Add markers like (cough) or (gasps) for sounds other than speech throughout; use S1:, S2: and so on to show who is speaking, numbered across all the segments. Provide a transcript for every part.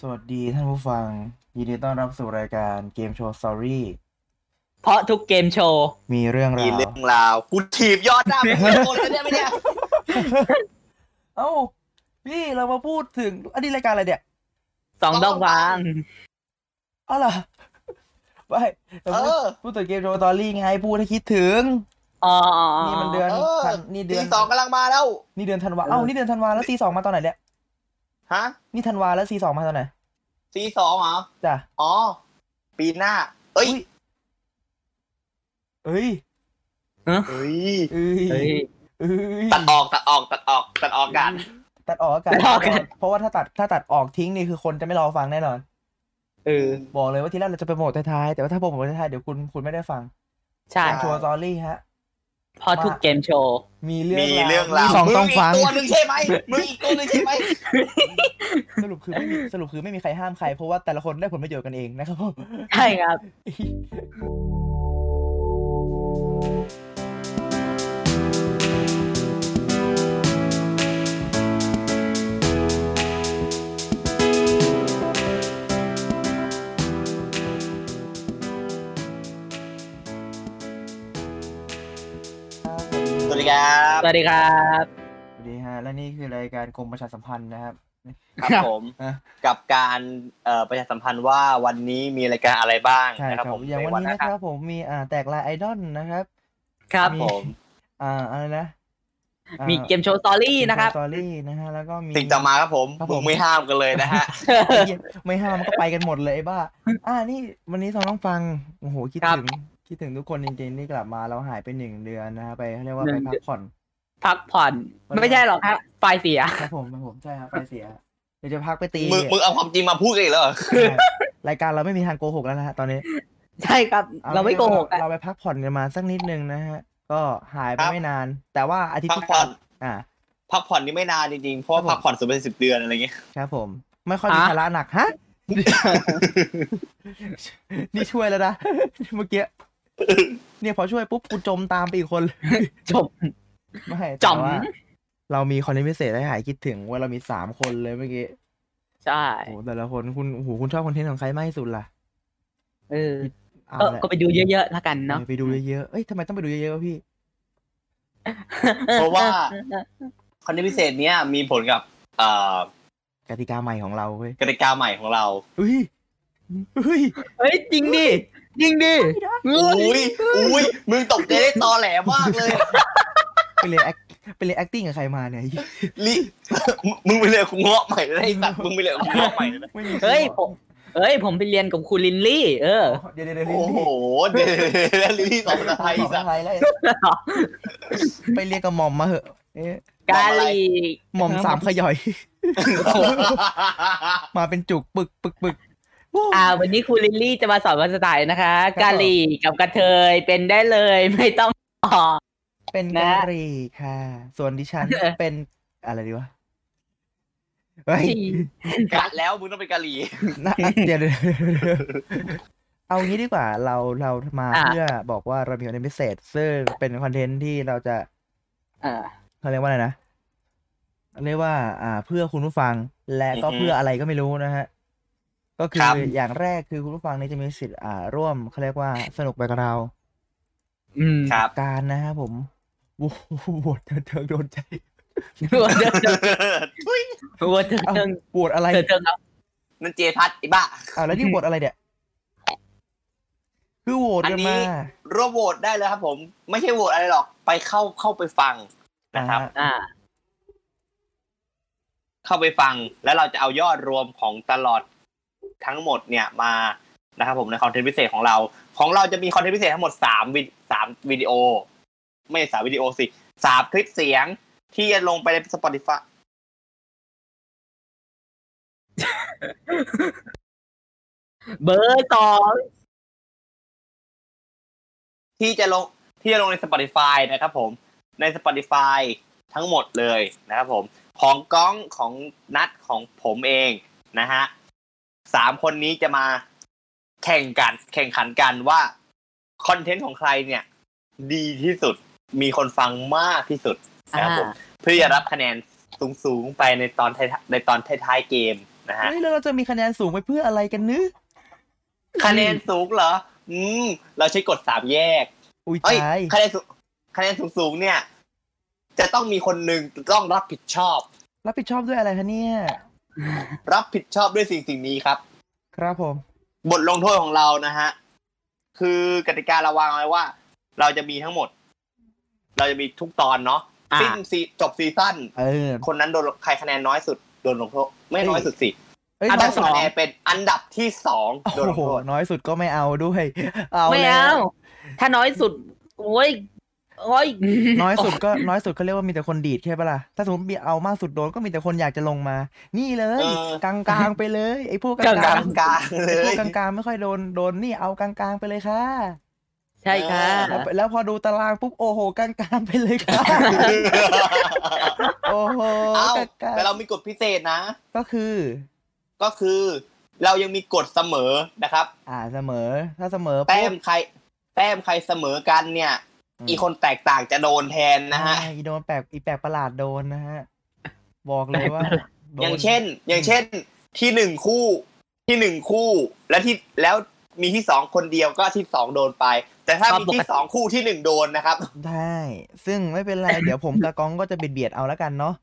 S1: สวัสดีท่านผู้ฟัง ยินดีต้อนรับสู่รายการเกมโชว์ Story
S2: เพราะทุกเกมโชว์
S1: มีเรื่องรา
S3: มี
S1: ว
S3: เรื่องราวกูถีบยอดหน้าไปเยอะเลยเนี่ยไม่
S1: (laughs)
S3: เนี่ย
S1: เอ้าพี่เรามาพูดถึง อันนี้รายการอะไรเนี่ย
S2: สองดอกวาง
S1: อ๋อเหรอ (laughs) ไปเรา
S3: เอ
S1: พูด
S3: อ
S1: พูดถึงเกมโชว์ Story ไงพูดให้คิดถึง
S2: อ๋อ
S1: นี่มันเดือน
S3: เออ
S1: ธันนี่เดื
S3: ตี
S1: อน
S3: สองกำลังมาแล้ว
S1: นี่เดือนธันวาเอ้านี่เดือนธันวาแล้วซีสองมาตอนไหนเนี่ย
S3: ฮะ
S1: นี่ธันวาแล้วซีสองมาตอนไหน
S3: ตีสองเหรอ
S1: จ้ะ
S3: อ๋อ ปีหน้า เอ้ย
S1: เอ้ย
S3: เอ้ย
S1: เอ้ย
S2: เฮ้ย
S1: เอ้ย
S3: ตัดออกตัดออกตัดออกตัดออกกัน
S1: ตัดออกอากาศ
S2: ตัดออกอากาศ
S1: เพราะว่าถ้าตัดถ้าตัดออกทิ้งนี่คือคนจะไม่รอฟังแน่นอน
S2: เออ
S1: บอกเลยว่าทีแรกเราจะไปโหมดท้ายๆแต่ว่าถ้าโปรโมทท้ายๆเดี๋ยวคุณคุณไม่ได้ฟัง
S2: ใช่
S1: แกมโชว์ซอรี่ฮะ
S2: เพราะทุกเกมโชว์
S1: มีเรื่อง
S3: มีเรื่องราว
S1: มีสองต้องฟัง
S3: มึอีกตัวหนึ่งใช่ไหมมึงอีกตัวหนึ่งใช่ไหม
S1: สรุปคือไม่มีสรุปคือไม่มีใครห้ามใคร เพราะว่าแต่ละคนได้ผลประโยชน์กันเองนะครับผม
S2: ใช่ครับ
S3: สวัสดีครับ
S2: สวัสดีครับ
S1: สวัสดีฮะ และนี่คือรายการกรมประชาสัมพันธ์นะครับ
S3: ครับผม
S1: อ่ะ
S3: กับการเอ่อประชาสัมพันธ์ว่าวันนี้มีรายการอะไรบ้าง
S1: ใช่
S3: นะ
S1: ค
S3: ค
S1: รั
S3: รั
S1: บบ
S3: ผม
S1: อย่างวันนี้นะครับผมมีอ่าแตกลายไอดอลนะครับ
S2: ครับ
S3: ผม
S1: อ่าอะไรนะอ่า
S2: มีเกมโชว์สตอรี่นะครับ
S1: เกมโชว์ซอรี่นะฮะแล้วก็มี
S3: สิ่งต่อมาครับผม
S1: ครับผม
S3: มึงไม่ห้ามกันเลยนะฮะ
S1: ไอ้เหี้ยไม่ห้ามมันก็ไปกันหมดเลยไอ้บ้า อ่านี่วันนี้สองต้องฟังโอ้โหคิด
S2: ครับ
S1: ถึงคิดถึงทุกคนจริงๆที่กลับมาเราหายไปหนึ่งเดือนนะฮะไปเขาเรียกว่า
S2: ห
S1: ไป
S2: นึ่ง
S1: พักผ่อน
S2: (laughs) พักผ่อน ไม่ใช่หรอกครับไฟล์เสีย
S1: ครับผมครับผมใช่ครับไปเสีย เดี๋ยวจะพักไปตี
S3: มึงมึงเอาความจริงมาพูดกันอีกแล้วเหรอ
S1: ใช่รายการเราไม่มีทางโกหกแล้วนะฮะตอนนี้
S2: ใช่ครับ
S1: อ
S2: เราไม่โกหกอะ
S1: เราไปพักผ่อนกันมาสักนิดนึงนะฮะ ก็หายไปไม่นาน แต่ว่าอาทิตย์
S3: พัก
S1: ที่
S3: ผ่อน
S1: อ่า
S3: พักผ่อนนี่ไม่นานจริงๆเพราะว่า
S1: ครับผม
S3: พักผ่อนสูงเป็นสิบเดือนอะไรเงี้ย
S1: ครับผม ไม่ค่อยมีภาระหนักฮะ (laughs) นี่ช่วยแล้วนะ เมื่อกี้เนี่ยพอช่วยปุ๊บกูจมตามไปอีกคนเลย
S2: จบ
S1: ไม่
S2: จ๋
S1: แต่
S2: อม
S1: ว่าเรามีคอนเทนต์พิเศษให้หายคิดถึงว่าเรามีสามคนเลยเมื่อกี้
S2: ใช่
S1: โอ้โหแต่ละคนคุณโอ้โหคุณชอบคอนเทนต์ของใครมากที่สุดล่ะ
S2: เออ
S1: เอา
S2: ก็
S1: ละ
S2: ก็ไปดูเยอะๆแล้วกันเนาะ
S1: ไปดูเยอะๆเอ้ยทำไมต้องไปดูเยอะๆวะพี่
S3: เพราะว่าคอนเทนต์พิเศษเนี้ยมีผลกับเอ่อก
S1: ติกาใหม่ของเราเว้ย
S3: กติกาใหม่ของเรา
S1: อุ้ยอุ้ย
S2: เฮ้ยจริงดิ จริงดิ
S3: อุ้ยอุ้ยมึงตกใจได้ตอแหลมากเลย
S1: ไปเรียน act ไปเรียน acting กับใครมาเนี่ย
S3: ลิมึงมึงไปเลยนคุณเงาะใหม่เลยไอ้สัตว์มึงไปเลยนคุณเงาะใหม่เลยนะ
S1: ไม่มี
S2: เฮ้ยผมเฮ้ย ผมไปเรียนกับครูลินลี่ เออ
S1: เดี๋ยวเดี๋ยวเดี๋ยว
S3: โอ้โหเดี๋ยวแล้วลิลลี่สอนภาษาไทยอีกสัตว์
S1: อะไรแล้ว
S3: (laughs)
S1: ไปเรียนกับหม่อมมาเหอะเอ๊ะ
S2: กาลี
S1: หม่อมสามขย่
S3: (laughs)
S1: อย มาเป็นจุกปึกปึกปึก
S2: อ่า วันนี้ครูลิลลี่จะมาสอนภาษาไทยนะคะ กาลีกับกระเทยเป็นได้เลย (laughs) ไม่ต้องออก
S1: เป็นกะหรี่ค่ะ ส่วนดิฉัน
S2: เออ
S1: เป็นอะไรดีวะเฮ้ย
S3: กัดแล้วมึงต้องเป็นกะหรี่ (laughs)
S1: น่าเดี๋ยวเดี๋ยวเดี๋ยวเดี๋ยวเอางี้ดีกว่าเราเรามา
S2: อ่ะ
S1: เพื่อบอกว่าเรามีคอนเทนต์พิเศษ ซึ่งเป็นคอนเทนต์ที่เราจะ
S2: อ่า
S1: เขาเรียกว่าอะไรนะ เรียกว่า อ่า เพื่อคุณผู้ฟังและก็
S3: อือฮึ
S1: เพื่ออะไรก็ไม่รู้นะฮะ ก็คื
S3: ครั
S1: อบ อย่างแรกคือคุณผู้ฟังเนี่ยจะมีสิทธิ์อ่า ร่วมเขาเรียกว่าสนุกไปกับเรา
S2: อืม
S3: ครับ (laughs)
S1: การนะฮะผมโอ้โหโหวตเถิดเทิงโดนใจ
S2: (laughs) วัวเถิงวัวเถิง
S1: เอา
S2: เถิง
S1: โหวตอะไร
S2: เถิงเถิงครับ
S3: นั่นเจพัทไอ้บ้า
S1: เอาแล้วนี่โหวตอะไรเนี่ยคือโหวตกัน
S3: อั
S1: มาน
S3: นี้ ร่วมโหวตได้เลยครับผม ไม่ใช่โหวตอะไรหรอกไปเข้าเข้าไปฟังนะครับ
S1: อ่า
S2: อ่า
S3: เข้าไปฟังแล้วเราจะเอายอดรวมของตลอดทั้งหมดเนี่ยมานะครับผมในคอนเทนต์พิเศษของเรา ของเราจะมีคอนเทนต์พิเศษทั้งหมดสามวิสามวิดีโอ ไม่ใช่สามวิดีโอสิสามคลิปเสียงที่จะลงไปใน Spotify
S2: เบอร์สอง
S3: ที่จะลงที่จะลงใน Spotify นะครับผมใน Spotify ทั้งหมดเลยนะครับผม ของก้องของนัดของผมเองนะฮะสามคนนี้จะมาแข่งกันแข่งขันกันว่าคอนเทนต์ของใครเนี่ย ดีที่สุดมีคนฟังมากที่สุดนะครับผมเพื่อจะรับคะแนนสูงๆไปในตอนท้ายในตอนท้ายๆเกมนะฮะ
S1: เฮ้ยแล้วเราจะมีคะแนนสูงไปเพื่ออะไรกันเนื้อ
S3: คะแนนสูงเหรอ อืม เราใช้กฎสามแยก
S1: อุ้ย
S3: เอ้ย
S1: ตาย
S3: คะแนนสูงคะแนนสูงสูงๆเนี่ย จะต้องมีคนหนึ่งต้องรับผิดชอบ
S1: รับผิดชอบด้วยอะไรคะเนี่ย
S3: รับผิดชอบด้วยสิ่งสิ่งนี้ครับ
S1: ครับผม
S3: บทลงโทษของเรานะฮะ คือกติการะวางไว้ว่า เราจะมีทั้งหมด เราจะมีทุกตอนเนาะ
S2: อ่ะ
S3: สิ้นซีจบซีซั่น
S1: เออ
S3: คนนั้นโดนใครคะแนนน้อยสุดโดนลงโทษ ไม่น้อยสุดสิ
S1: เอ้ย
S3: อัน
S1: น้
S3: ดั
S1: อบ ย
S3: ส
S1: สุ
S3: อ
S1: ด
S3: งเป็นอันดับที่สองโดนล
S1: โอ้
S3: ง
S1: โห
S3: โทษ
S1: น้อยสุดก็ไม่เอาด้วย เอา
S2: ไม่
S1: แล้
S2: เอา
S1: ว
S2: ถ้าน้อยสุด โอ้ยโอ้ย
S1: น้อยสุดก็น้อยสุดเขาเรียกว่ามีแต่คนดีดใช่ปะล่ะ ถ้าสมมติมีเอามากสุดโดนก็มีแต่คนอยากจะลงมา นี่เลย
S3: เออ
S1: กลางๆไปเลยไอ้พวกก
S3: ก
S1: ลาง
S3: ลางกลางๆเล
S1: ๆไอ้พวย กกลางๆไม่ค่อยโดนโดนนี่เอากลางๆไปเลยค่ะ
S2: ใช่ค่ะ
S1: แล้วแล้วพอดูตารางปุ๊บโอ้โหกลางๆไปเลยค่ะ โอ้โห
S3: เอ้าก
S1: ลาง
S3: แต่เรามีกฎพิเศษนะ
S1: ๆก็คือ
S3: ก็คือเรายังมีกฎเสมอนะครับ
S1: อ่าเสมอ ถ้าเสมอ
S3: แต้
S1: ปุ๊
S3: ม
S1: บ
S3: ใคร แต้มใครเสมอกันเนี่ย
S1: อืม
S3: อีกคนแตกต่างจะโดนแทนนะฮะ
S1: อ่าอีโดนแปลกอีแปลกประหลาดโดนนะฮะ บอกเลยว่าโดน
S3: อย่างเช่น อย่างเช่น ที่หนึ่งคู่ ที่หนึ่งคู่ และที่แล้วมีที่สองคนเดียวก็ที่สองโดนไป แต่ถ้ามีที่สองคู่ที่หนึ่งโดนนะครับ
S1: ได้ ซึ่งไม่เป็นไร เดี๋ยวผมกับก้องก็จะเบียดเบียดๆเอาแล้วกันเนาะ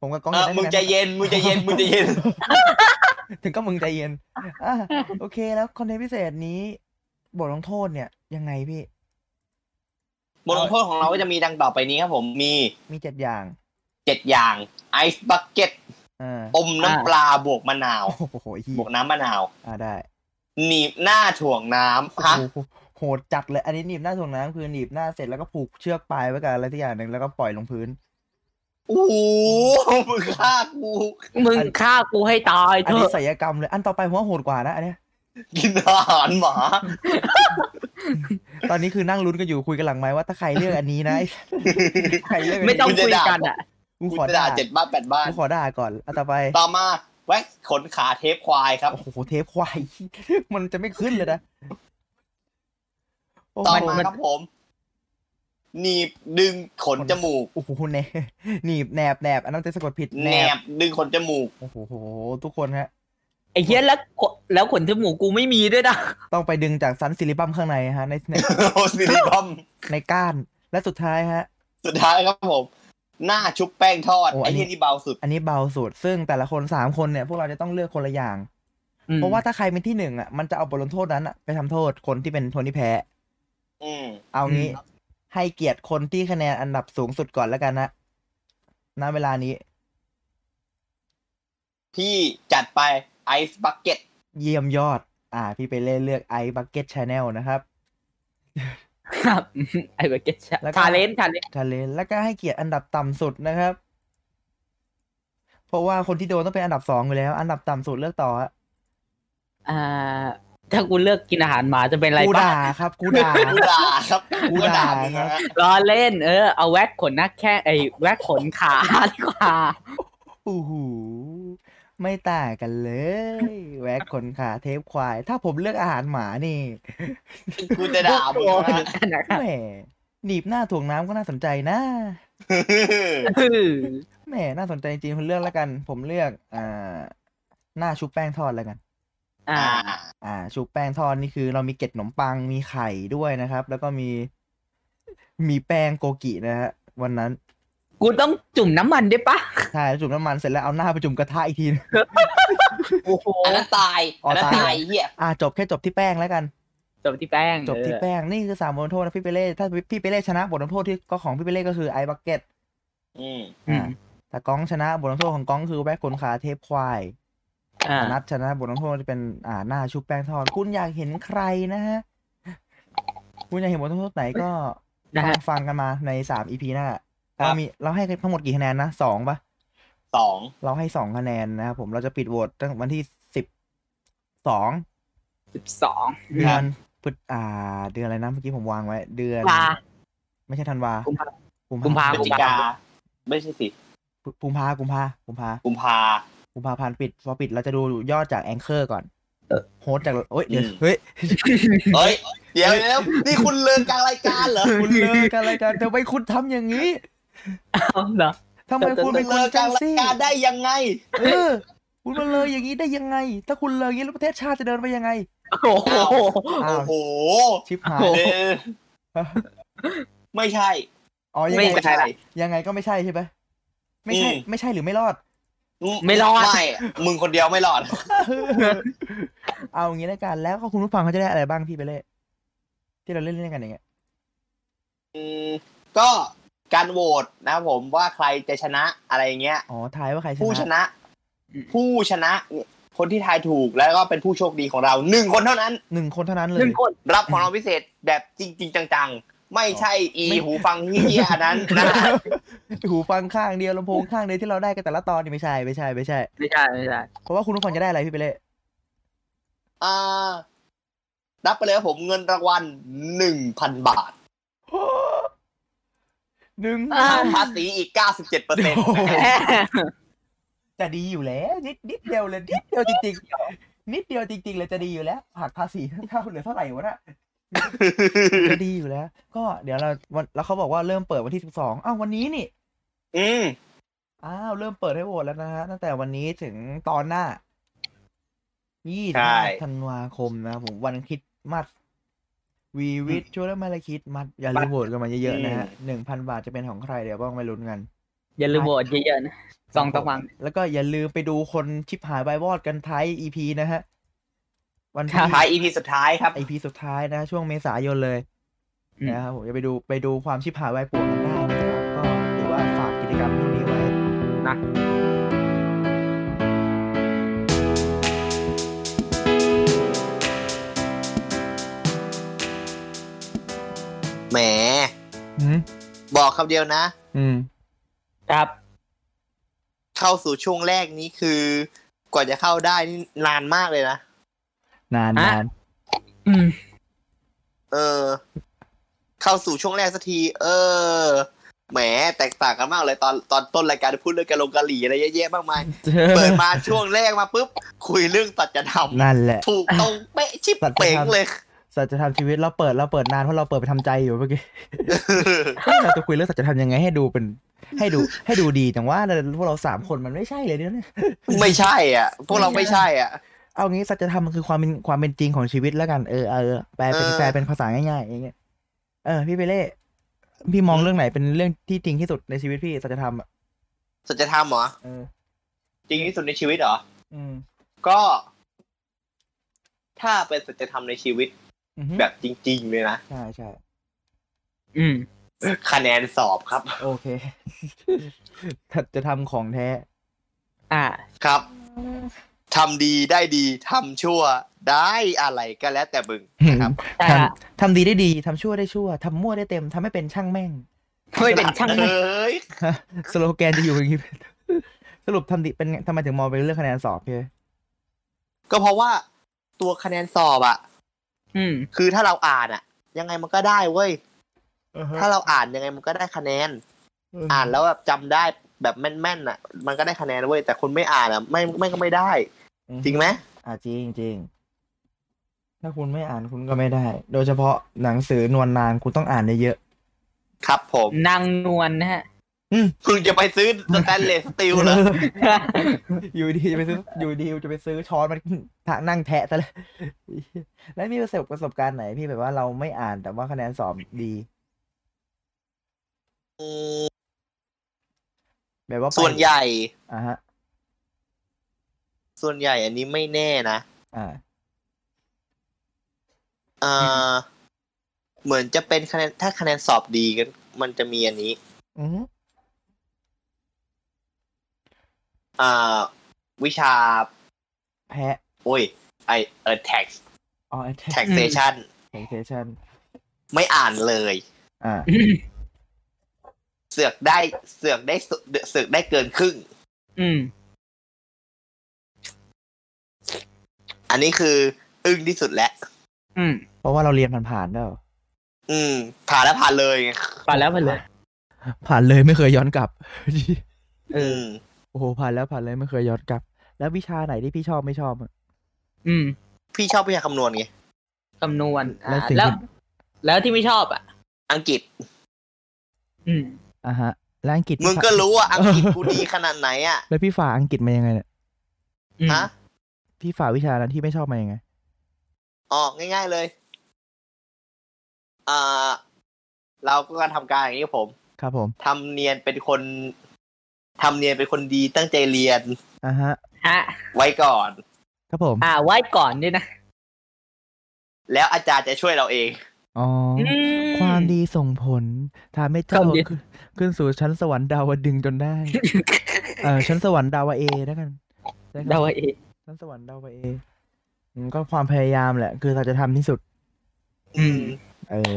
S1: ผมกับก้อง
S3: เออ
S1: ได้
S3: มึงใจ
S1: ไห
S3: เย็น มึงใจเย็น มึงใจ
S1: (laughs)
S3: เย็น
S1: ถึงก็มึงใจเย็น อ่ะโอเคแล้วคอนเทนต์พิเศษนี้ บทลงโทษเนี่ย ยังไงพี่
S3: บทลงโทษของเราก็จะมีดังต่อไปนี้ครับผม มี
S1: มีเจ็ดอย่าง
S3: เจ็ดอย่างไอซ์บักเก็ต
S1: อ่า
S3: อมน้ำปลาบวกมะนาว
S1: โอ้โหฮีย
S3: บวกน้ำมะนาว
S1: อ่าได้
S3: หนีบหน้าถ่วงน้ำฮะ
S1: โอ้โหโหดจัดเลย อันนี้หนีบหน้าถ่วงน้ำคือหนีบหน้าเสร็จแล้วก็ผูกเชือกปลายไว้กับอะไรที่อย่างหนึ่งแล้วก็ปล่อยลงพื้น
S3: โอ้โหมึงฆ่ากู
S2: มึงฆ่ากูให้ตาย
S1: อัน
S2: เถ
S1: นี้
S2: อะ
S1: ศิลปกรรมเลย อันต่อไปผมว่าโหดกว่านะอันเนี้ย
S3: กินอาหารหมา
S1: ตอนนี้คือนั่งลุ้นกันอยู่คุยกันหลังไม้ว่าถ้าใครเลือกอันนี้
S3: (laughs)
S1: นะไอ้ใครเลือกนนี้
S2: ไม่ต้อง
S3: มึงจะ
S2: คุย
S3: ด่า
S2: กันอ่ะ
S1: กู
S3: กู
S1: ขอ
S3: จะ
S1: ด่า
S3: ด่าเจ็ดบ้านแปดบ้าน
S1: กูขอด่าก่อนอันต่อไป
S3: ต่อมาแว็กขนขาเทปควายครับ
S1: โอ้โหเทปควาย (laughs) มันจะไม่ขึ้นเลยนะโอ้โห
S3: ต่อมา
S2: มัน
S3: ครับผม หนีบดึงขนจมูก
S1: โอ้โหเนหนีบแหนบแหนบอันนั้นจะสะกดผิด
S3: แหนบดึงขนจมูก (laughs)
S1: โอ้โหทุกคนฮะ
S2: ไอ้เหี้ยแล้วขนแล้วขนจมูกกูไม่มีด้วยนะ
S1: ต้องไปดึงจากซันซิลิบัมข้างในฮะ ในใน
S3: โอซิลิคอม
S1: ในก้านและสุดท้ายฮะ
S3: สุดท้ายครับผม หน้าชุบแป้งทอด
S1: โอ้อั
S3: ไอ้
S1: นนี้
S3: ที่ที่เบาสุด
S1: อันนี้เบาสุดซึ่งแต่ละคนสามคนเนี่ยพวกเราจะต้องเลือกคนละอย่าง เพราะว่าถ้าใครเป็นที่หนึ่งอ่ะมันจะเอาบทลงโทษนั้นอะไปทำโทษคนที่เป็นคนที่แพ้
S3: อืม
S1: เอางี้ให้เกียรติคนที่คะแนนอันดับสูงสุดก่อนแล้วกันนะณเวลานี้
S3: พี่จัดไปไอซ์บักเก็ต
S1: เยี่ยมยอด อ่า พี่ไปเล่นเลือกไอบักเก็ตชาแนลนะครับ
S2: ครับ (laughs) ไอ้เบเกตชา
S1: แล้วก็
S2: ทาเลนทาเลน
S1: ทะเลแล้วก็ให้เกียรติอันดับต่ำสุดนะครับ เพราะว่าคนที่โดนต้องเป็นอันดับสองอยู่แล้ว อันดับต่ำสุดเลือกต่อฮะ
S2: อ่า ถ้ากูเลือกกินอาหารหมาจะเป็นอะไร
S1: กู
S2: ปะ
S1: ด่าครับ กู
S2: (laughs)
S1: ด่า
S3: กูด่าครับ
S1: กู
S3: กู
S1: ด่า
S3: ด่า
S1: ครับ
S3: นะฮะ
S2: ล้อเล่น เออ เอาแว็กขนหน้าแข้งไอ้แว็กขนขาดีกว่า
S1: โอ้โหไม่ต่างกันเลย แวกขนขาเทปควาย ถ้าผมเลือกอาหารหมานี่
S3: กูจะด่ามึงนะ
S2: (laughs)
S3: ฮะ
S1: แหมหนีบหน้าถ่วงน้ำก็น่าสนใจนะ แหมน่าสนใจจริงๆคุณเลือกแล้วกัน ผมเลือกอ่าหน้าชุบแป้งทอดแล้วกัน
S2: อ่า
S1: อ่า ชุบแป้งทอดนี่คือ เรามีเกล็ดขนมปังมีไข่ด้วยนะครับ แล้วก็มีมีแป้งโกกินะฮะวันนั้น
S2: กูต้องจุ่มน้ำมันด้วยปะ
S1: ใช่แล้วจุ่มน้ำมันเสร็จแล้วเอาหน้าไปจุ่มกระทะอีกทีนึง
S2: โอ้โห
S3: อันนั้นตาย
S1: อ๋อ
S3: อันนั้น
S1: ตาย
S3: ตายไอ้เหี้ย
S1: อ่าจบแค่จบที่แป้งแล้วกัน
S2: จบที่แป้ง
S1: จบที่
S2: เออ
S1: แป้งนี่คือสามบทลงโทษนะพี่เปเล่ถ้าพี่เปเล่ชนะบทลงโทษที่ก็ของพี่เปเล่ก็คือไอบักเก็ต
S3: อืม
S2: อื
S1: อ่าม แต่ก้องชนะบทลงโทษของก้องคือแวะขนขาเทปควาย
S2: อ่า
S1: นัดชนะบทลงโทษจะเป็นอ่าหน้าชุบแป้งทอด คุณอยากเห็นใครนะฮะ คุณอยากเห็นบทลงโทษไหนก็
S2: นะ
S1: ฟั
S2: ฮะ
S1: งฟังกันมาในสามอีพีหน้า เรามีเราให้ทั้งหมดกี่คะแนนนะสองปะ
S3: สอง
S1: เราให้สองคะแนนนะครับผมเราจะปิดโหวตตั้งวันที่สิบสอง
S2: สิบสอง
S1: เดือนพฤษอ่า เดือนอะไรนะเมื่อกี้ผมวางไว้ เดือน
S2: ธันวา
S1: ไม่ใช่ธันวา
S2: กุมภา
S1: กุม
S2: กุมภา
S3: พฤศจิกา ไม่ใช่สิ
S1: กุมภากุมภากุมภา
S3: กุมภา
S1: กุมภาพันธ์ปิดพอปิดเราจะดูยอดจากแองเกอร์ก่อน
S2: เออ
S1: โฮสต์จากโอ้ยเดี๋ยว
S3: อืม
S1: เฮ้ย
S3: เฮ้ย เดี๋ยวเดี๋ยวนี่คุณเลินกลางรายการเหรอ
S1: คุณเลิกกันอะไรกันทำไมคุณทำอย่างนี้
S2: เอาเหรอ
S1: ทำไมคุณ
S3: ไป
S1: เป็นค
S3: เลิ
S1: น
S3: กก
S1: จั
S3: ลาง งราย
S1: ซี่
S3: การได้ยังไง
S1: เออ คุณมาเลยอย่างนี้ได้ยังไง ถ้าคุณเลยอย่างนี้แล้วประเทศชาติจะเดินไปยังไง
S2: โอ้โห
S1: อ้า
S3: โอ้
S1: ว
S3: โห
S1: ชิบหาย
S2: โอ้โห
S3: เออไม่ใช่
S1: อ๋อยัง
S2: ไม่
S1: ไง
S2: ใช่ ละ
S1: ยังไงก็ไม่ใช่ใช่ไหมไม่ใช่
S3: อืม
S1: ไม่ใช่หรือไม่รอด (laughs)
S2: ไม่รอด
S3: ไม่มึงคนเดียวไม่รอด
S1: เอาอย่างนี้แล้วกันแล้วก็คุณผู้ฟังเขาจะได้อะไรบ้างพี่ไปเล่ที่เราเล่นเล่นๆกันอย่างเงี้ย
S3: อืมก็การโหวตนะครับผมว่าใครจะชนะอะไรอย่างเงี้ย
S1: อ๋อทายว่าใครช
S3: ผู้ช
S1: นะ
S3: นะ
S2: อืม
S3: ผู้ชนะเนี่ยคนที่ทายถูกแล้วก็เป็นผู้โชคดีของเราหนึ่งคนเท่านั้น
S1: หนึ่งคนเท่านั้นเล
S2: หนึ่
S1: ย
S2: งคน
S3: รับของรางวัลพิเศษแบบจริง ๆ จังๆ ไม่ใช่อีหูฟังที่เหี้ยอัน (laughs) นั้นนะ
S1: หูฟังข้างเดียวลำโพงข้างเดียวที่เราได้กันแต่ละตอนนี่ไม่ใช่ไม่ใช่ไม่ใช่
S2: ไม่ใช่ไม่ใช่
S1: เพราะว่าคุณผู้ฟังจะได้อะไรพี่ไปเล่
S3: อ่ารับไปเลยครับผมเงินรางวัลหนึ่งพันบาท
S1: (gasps) หนึ่ง
S2: อ่า
S3: ทางภาษีอีก 97เปอร์เซ็นต์
S1: จะดีอยู่แล้วนิดนิดเดียวเลยนิดเดียวจริงๆนิดเดียวจริง ๆ เลยจะดีอยู่แล้วหักภาษีเท่าเหลือเท่าไหร่วะน่ะ จะดีอยู่แล้ว ก็เดี๋ยวเราวันแล้วเขาบอกว่าเริ่มเปิดวันที่สิบสองอ้าววันนี้นี่
S3: อืม
S1: อ้าวเริ่มเปิดให้โหวตแล้วนะฮะตั้งแต่วันนี้ถึงตอนหน้า ยี่
S3: ใช่
S1: ธันวาคมนะครับผมวันคริดมัดวีวิทช่วยแล้วมาละคริดมัดอย่าลืมโหวตกันมาเยอะๆนะฮะหนึ่งพันบาทจะเป็นของใครเดี๋ยวบ้องไปลุ้นกัน
S2: อย่าลืมโหวตเยอะๆนะสองตะวัง
S1: แล้วก็อย่าลืมไปดูคนชิบหายใบายวอดกันท้าย EP นะฮะ วัน
S2: ครั
S1: ที่
S2: บ
S3: ท้าย EP สุดท้ายครับ
S1: EP สุดท้ายนะ ช่วงเมษายนเลย
S2: อืม
S1: นะครับผมจะไปดูไปดูความชิบหายใบายป่วนกันได้นะครับก็หรือว่าฝากกิจกรรมพวกนี้ไว้
S3: แหม
S1: อืม
S3: บอกคำเดียวนะ
S1: อืม
S2: ครับ
S3: เข้าสู่ช่วงแรกนี้คือ กว่าจะเข้าได้นี่นานมากเลยนะ
S1: นาน
S2: ฮะ
S1: นาน
S2: อืม
S3: เออ เข้าสู่ช่วงแรกสักที เออ แหม แตกต่างกันมากเลยตอนตอนต้นรายการพูดเรื่องกะลงกะหรี่อะไรเยอะแยะมากมาย เปิดมาช่วงแรกมาปุ๊บ คุยเรื่องตัดจะท
S1: นั่นแหละ
S3: ำถูกตรงเป๊ะชิบ
S1: สัจธรรม
S3: เป๋งเลย (laughs)
S1: สัจธรรมชีวิตเราเปิดเราเปิดนานเพราะเราเปิดไปทำใจอยู่เมื่อกี้ (laughs) เอ้ยเราจะคุยเรื่องสัจธรรมยังไงให้ดูเป็น ให้ดูให้ดูดีแต่ว่าพวกเราสามคนมันไม่ใช่เลยเนี่ยนะ
S3: ไม่ใช่อ่ะ พวกเราไม่ใช่อ่ะ
S1: เอางี้สัจธรรมมันคือความเป็นความเป็นจริงของชีวิตแล้วกันเออเออแปลเป็น
S3: เออ
S1: แปลเป็นภาษาง่ายๆอย่างเงี้ยเออ พี่ไปเล่พี่มองเรื่องไหนเป็นเรื่องที่จริงที่สุดในชีวิตพี่สัจธรรมอ่ะ
S3: สัจธรรมเหรอ
S1: เออ
S3: จริงที่สุดในชีวิตเหรอ
S1: อืม
S3: ก็ ถ้าเป็นสัจธรรมในชีวิต
S1: อือฮึ
S3: แบบจริง ๆ เลยนะ
S1: ใช่ใช่
S2: อืม
S3: คะแนนสอบครับ
S1: โอเค (laughs) สัจธรรมของแท้
S2: อ่า
S3: ครับทำดีได้ดีทำชั่วได้อะไรก็แล้วแต่มึงนะครับ
S2: ใช่
S1: ท
S2: ละ
S1: ำทำดีได้ดี ทำชั่วได้ชั่ว ทำมั่วได้เต็ม ทำให้เป็นช่างแม่ง
S2: ไม่เป็นช่าง
S3: เอ
S2: แม่ง้
S3: ย
S1: สโลแกนจะอยู่อย่างนี้ สรุปทำดีเป็นไงทำไมถึงมองไปนเรื่องคะแนนสอบพี่
S3: ก็เพราะว่าตัวคะแนนสอบอ่ะ
S2: อืม
S3: คือถ้าเราอ่านอ่ะ ยังไงมันก็ได้เว้ย ถ้าเราอ่านยังไงมันก็ได้คะแนน อ่านแล้วแบบจำได้แบบแม่นๆอ่ะ มันก็ได้คะแนนเว้ยแต่คนไม่อ่านอ่ะ ไม่ไม่ก็ไม่ได้
S1: อืม
S3: จริงไหม
S1: อ่าจริงจริงถ้าคุณไม่อ่านคุณก็ไม่ได้ โดยเฉพาะหนังสือนวลนานคุณต้องอ่านเยอะ
S3: ครับผม
S2: นางนวลนะฮะ (laughs)
S3: เพิ่งจะไปซื้อสแตนเลสสตีล
S1: ๆ
S3: เลย
S1: (laughs)
S3: (laughs)
S1: อยู่ดีจะไปซื้ออยู่ดีจะไปซื้อช้อน (laughs) มันทะนั่งแทะซะเลย (laughs) แล้วมีประสบประสบการณ์ไหนพี่แบบว่าเราไม่อ่านแต่ว่าคะแนนสอบดี แบบว่าไป
S3: ส่วนใหญ่
S1: อ่าฮะ
S3: ส่วนใหญ่อันนี้ไม่แน่นะ
S1: อ่า
S3: เออเหมือนจะเป็นคะแนนถ้าคะแนนสอบดีกัน มันจะมีอันนี้
S1: อือฮึ
S3: อ่า วิชา
S1: แพะ
S3: โอ้ย ไอเออ tax
S1: อ๋อแท็ก
S3: (laughs) taxation
S1: แท็กเซชัน
S3: ไม่อ่านเลย
S1: อ่า
S3: เสือกได้เสือกได้สุเสือกได้เกินครึ่ง
S2: อืม
S3: อันนี้คืออึ้งที่สุดแล้ว
S2: อืม
S1: เพราะว่าเราเรียนผ่านๆแล้ว
S3: อืม ผ่านแล้วผ่านเลยไง
S2: ไปแล้วไปเลย
S1: ผ่านเลยไม่เคยย้อนกลับ
S3: อืม
S1: โอ้โหผ่านแล้วผ่านเลยไม่เคยย้อนกลับ แล้ววิชาไหนที่พี่ชอบไม่ชอบอะ
S2: อืม
S3: พี่ชอบวิชาคำนวณไง
S2: คำนวณอ่า
S1: แล้วสิ่งที่
S2: แล้ว แล้วที่ไม่ชอบอ่ะ
S3: อังกฤษ
S2: อืม
S1: อ่ะฮะแล้วอังกฤษ
S3: มึงก็รู้ (laughs) ว่าอังกฤษกูดีขนาดไหนอ่ะ
S1: แล้วพี่ฝ่าอังกฤษมายังไงเนี่ย
S2: อืม
S3: ฮะ
S1: พี่ฝ่าวิชานั้นที่ไม่ชอบมายังไง
S3: อ๋อง่าย ๆเลยอ่าเราก็การทำการอย่างนี้ครับผม
S1: ครับผม
S3: ทำเนียนเป็นคนทำเนียนเป็นคนดีตั้งใจเรียน
S1: อ่ะฮะ
S2: ฮะ
S3: ไว้ก่อน
S1: ครับผม
S2: อ่าไหว้ก่อนด้วยนะ
S3: แล้วอาจารย์จะช่วยเราเอง
S1: อ๋ออ
S2: อื
S1: ความดีส่งผลทำให้เจ้า
S2: ความดี
S1: ขึ้นขึ้นสู่ชั้นสวรรค์ดาวดึงจนได้เออชั้นสวรรค์ดาวเอแล้วกันใช้คำ
S2: เดาเอาเอง
S1: ชั้นสวรรค์ดาวเออืมก็ความพยายามแหละ คือเราจะทำที่สุด
S3: อืม
S1: เออ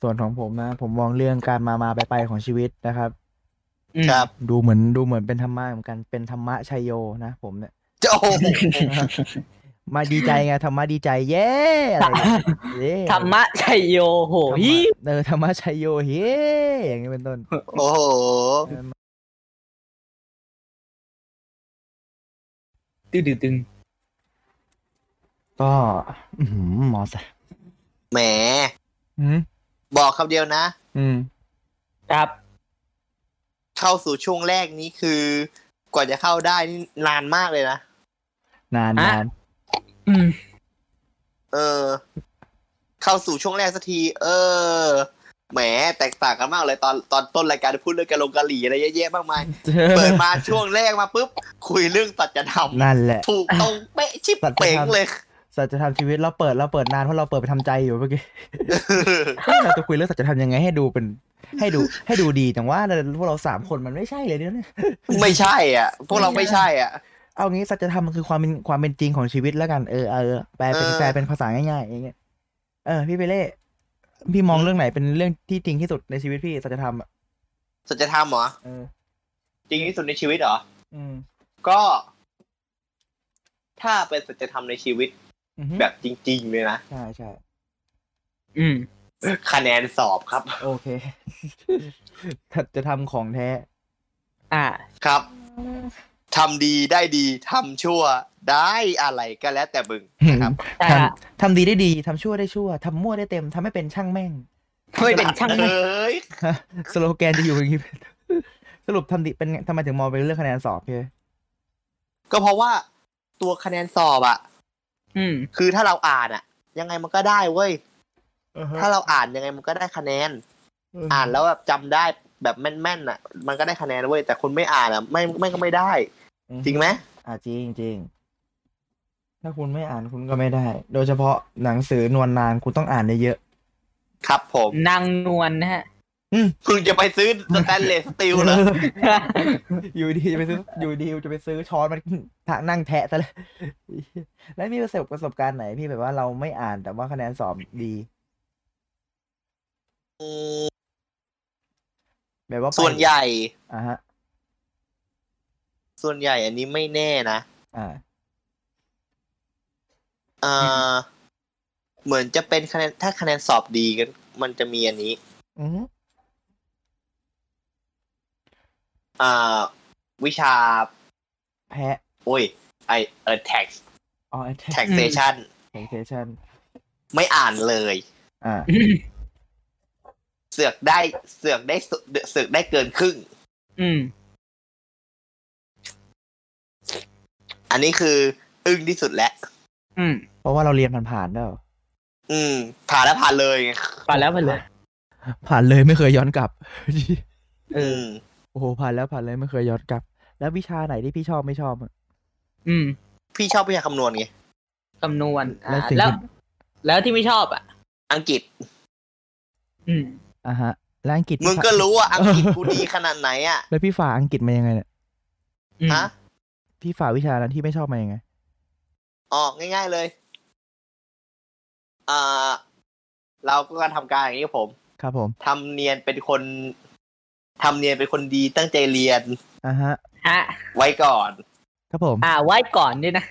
S1: ส่วนของผมนะ ผมมองเรื่องการมามาไปไปของชีวิตนะครับ
S2: อืม
S3: ครับ
S1: ดูเหมือนดูเหมือนเป็นธรรมะเหมือนกันเป็นธรรมะชัยโยนะผมเนี่ย
S3: จะโอ้โห
S1: มาดีใจไงธรรมะดีใจ เย้อะไรอย่างเงี้ยเย้
S2: ธรรมะชัยโยโห
S1: ธรรมะ
S2: ย
S1: เออธรรมะชัยโยเฮ้อย่างนี้เป็นต้น
S3: โอ้โห
S2: ตึ้งตึ้งตึ้ง
S1: ก็อื้อหือหมอสะ
S3: แหม
S1: อืม
S3: บอกคำเดียวนะ
S1: อืม
S2: ครับ
S3: เข้าสู่ช่วงแรกนี้คือกว่าจะเข้าได้นี่นานมากเลยนะ
S1: นาน
S2: อ่ะ
S1: นาน
S2: อืม
S3: เออ เข้าสู่ช่วงแรกสักที เออ แหม แตกต่างกันมากเลยตอนตอนต้นรายการพูดเรื่องการลงกะหรี่อะไรเยอะแยะมากมาย เปิดมาช่วงแรกมาปุ๊บ คุยเรื่องสัจธรรม
S1: (laughs) นั่นแหละ
S3: ถูกตรงเป๊ะชิบเป๋งเลย
S1: สัจธรรมชีวิตเราเปิดเราเปิดนานเพราะเราเปิดไปทำใจอยู่เมื่อกี้ เฮ้ยเราจะคุยเรื่องสัจธรรมยังไงให้ดูเป็น ให้ดูให้ดูดีแต่ว่าพวกเราสามคนมันไม่ใช่เลยเนี่ย
S3: ไม่ใช่อ่ะ พวกเราไม่ใช่อ่ะ
S1: เอางี้สัจธรรมมันคือความเป็นความเป็นจริงของชีวิตแล้วกันเออเออแปลเป็น
S3: เออ
S1: แปลเป็นภาษาง่ายๆอย่างเงี้ยเออ พี่เปเล่พี่มองเรื่องไหนเป็นเรื่องที่จริงที่สุดในชีวิตพี่สัจธรรมอ่ะ
S3: สัจธรรมเหรอ
S1: เออ
S3: จริงที่สุดในชีวิตเหรอ
S1: อืม
S3: ก็ ถ้าเป็นสัจธรรมในชีวิต
S1: อือฮึ
S3: แบบจริง ๆ เลยนะ
S1: ใช่ใช่
S2: อืม
S3: คะแนนสอบครับ
S1: โอเค (laughs) สัจธรรมของแท้
S2: อ่า
S3: ครับ ทำดีได้ดี ทำชั่วได้อะไรก็แล้วแต่มึงนะครับ
S2: ใช่
S1: ท
S2: ละ
S1: ำทำดีได้ดีทำชั่วได้ชั่วทำมั่วได้เต็มทำให้เป็นช่างแม่ง
S2: ไม่เป็นช่าง
S3: เอ
S2: แม่ง้
S3: ย
S1: สโลแกนจะอยู่อย่างนี้ สรุปทำดีเป็นไงทำไมถึงมองเป็นเรื่องคะแนนสอบพี่
S3: ก็เพราะว่าตัวคะแนนสอบอะ
S2: อืม
S3: คือถ้าเราอ่านอะยังไงมันก็ได้เว้ย ถ้า
S1: ถ้า
S3: เราอ่านยังไงมันก็ได้คะแนน อ่านแล้วแบบจำได้แบบแม่นๆอะมันก็ได้คะแนนเว้ยแต่คนไม่อ่านอะไม่ไม่ก็ไม่ได้ จริงไหม
S1: อ่าจริงจริงถ้าคุณไม่อ่านคุณก็ไม่ได้ โดยเฉพาะหนังสือนวลนานคุณต้องอ่านเยอะ
S3: ครับ ผม
S2: นางนวลนะฮะ
S3: เพิ่งจะไปซื้อสแตนเลสสตีลเลย
S1: (laughs) อยู่ดีจะไปซื้ออยู่ดีจะไปซื้อช้อนมันทะ (laughs) นั่งแทะซะเลยแล้วมีประสบประสบการณ์ไหนพี่แบบว่าเราไม่อ่านแต่ว่าคะแนนสอบดี แบบว่าไป
S3: ส่วนใหญ่
S1: อ่าฮะ
S3: ส่วนใหญ่อันนี้ไม่แน่นะ
S1: อ่า
S3: เออเหมือนจะเป็นคะแนนถ้าคะแนนสอบดีกันมันจะมีอันนี้
S1: อือฮึ
S3: อ่า วิชา
S1: แพ้
S3: โอ้ย ไอเออแท็ก
S1: อ๋อแท็
S3: แท็
S1: ก
S3: กเซชัน
S1: เซชัน
S3: ไม่อ่านเลย
S1: อ่า
S3: เสือกได้เสือกได้สุเสือกได้เกินครึ่ง
S2: อืม
S3: อันนี้คืออึ้งที่สุดแล้ว
S2: อืม
S1: เพราะว่าเราเรียนผ่านๆแล้ว
S3: อืม ผ่านแล้วผ่านเลยไง
S2: ไปแล้วไปเลย
S1: ผ่านเลยไม่เคยย้อนกลับ
S3: อืม
S1: โอ้โหผ่านแล้วผ่านเลยไม่เคยย้อนกลับ แล้ววิชาไหนที่พี่ชอบไม่ชอบอะ
S2: อืม
S3: พี่ชอบวิชาคำนวณไง
S2: คำนวณอ่า
S1: แล้วสิ่งที่
S2: แล้ว แล้วที่ไม่ชอบอ่ะ
S3: อังกฤษ
S2: อืม
S1: อ่ะฮะแล้วอังกฤษ
S3: มึงก็รู้ว่าอังกฤษกูดีขนาดไหนอ่ะ
S1: แล้วพี่ฝ่าอังกฤษมายังไงเนี่ย
S2: อืม
S3: ฮะ
S1: พี่ฝ่าวิชานั้นที่ไม่ชอบมายังไง
S3: อ๋อง่าย ๆเลยอ่าเราก็การทำการอย่างนี้ครับผม
S1: ครับผม
S3: ทำเนียนเป็นคนทำเนียนเป็นคนดีตั้งใจเรียน
S1: อ่ะฮะ
S2: อ่ะ
S3: ไว้ก่อน
S1: ครับผม
S2: อ่าไหว้ก่อนด้วยนะ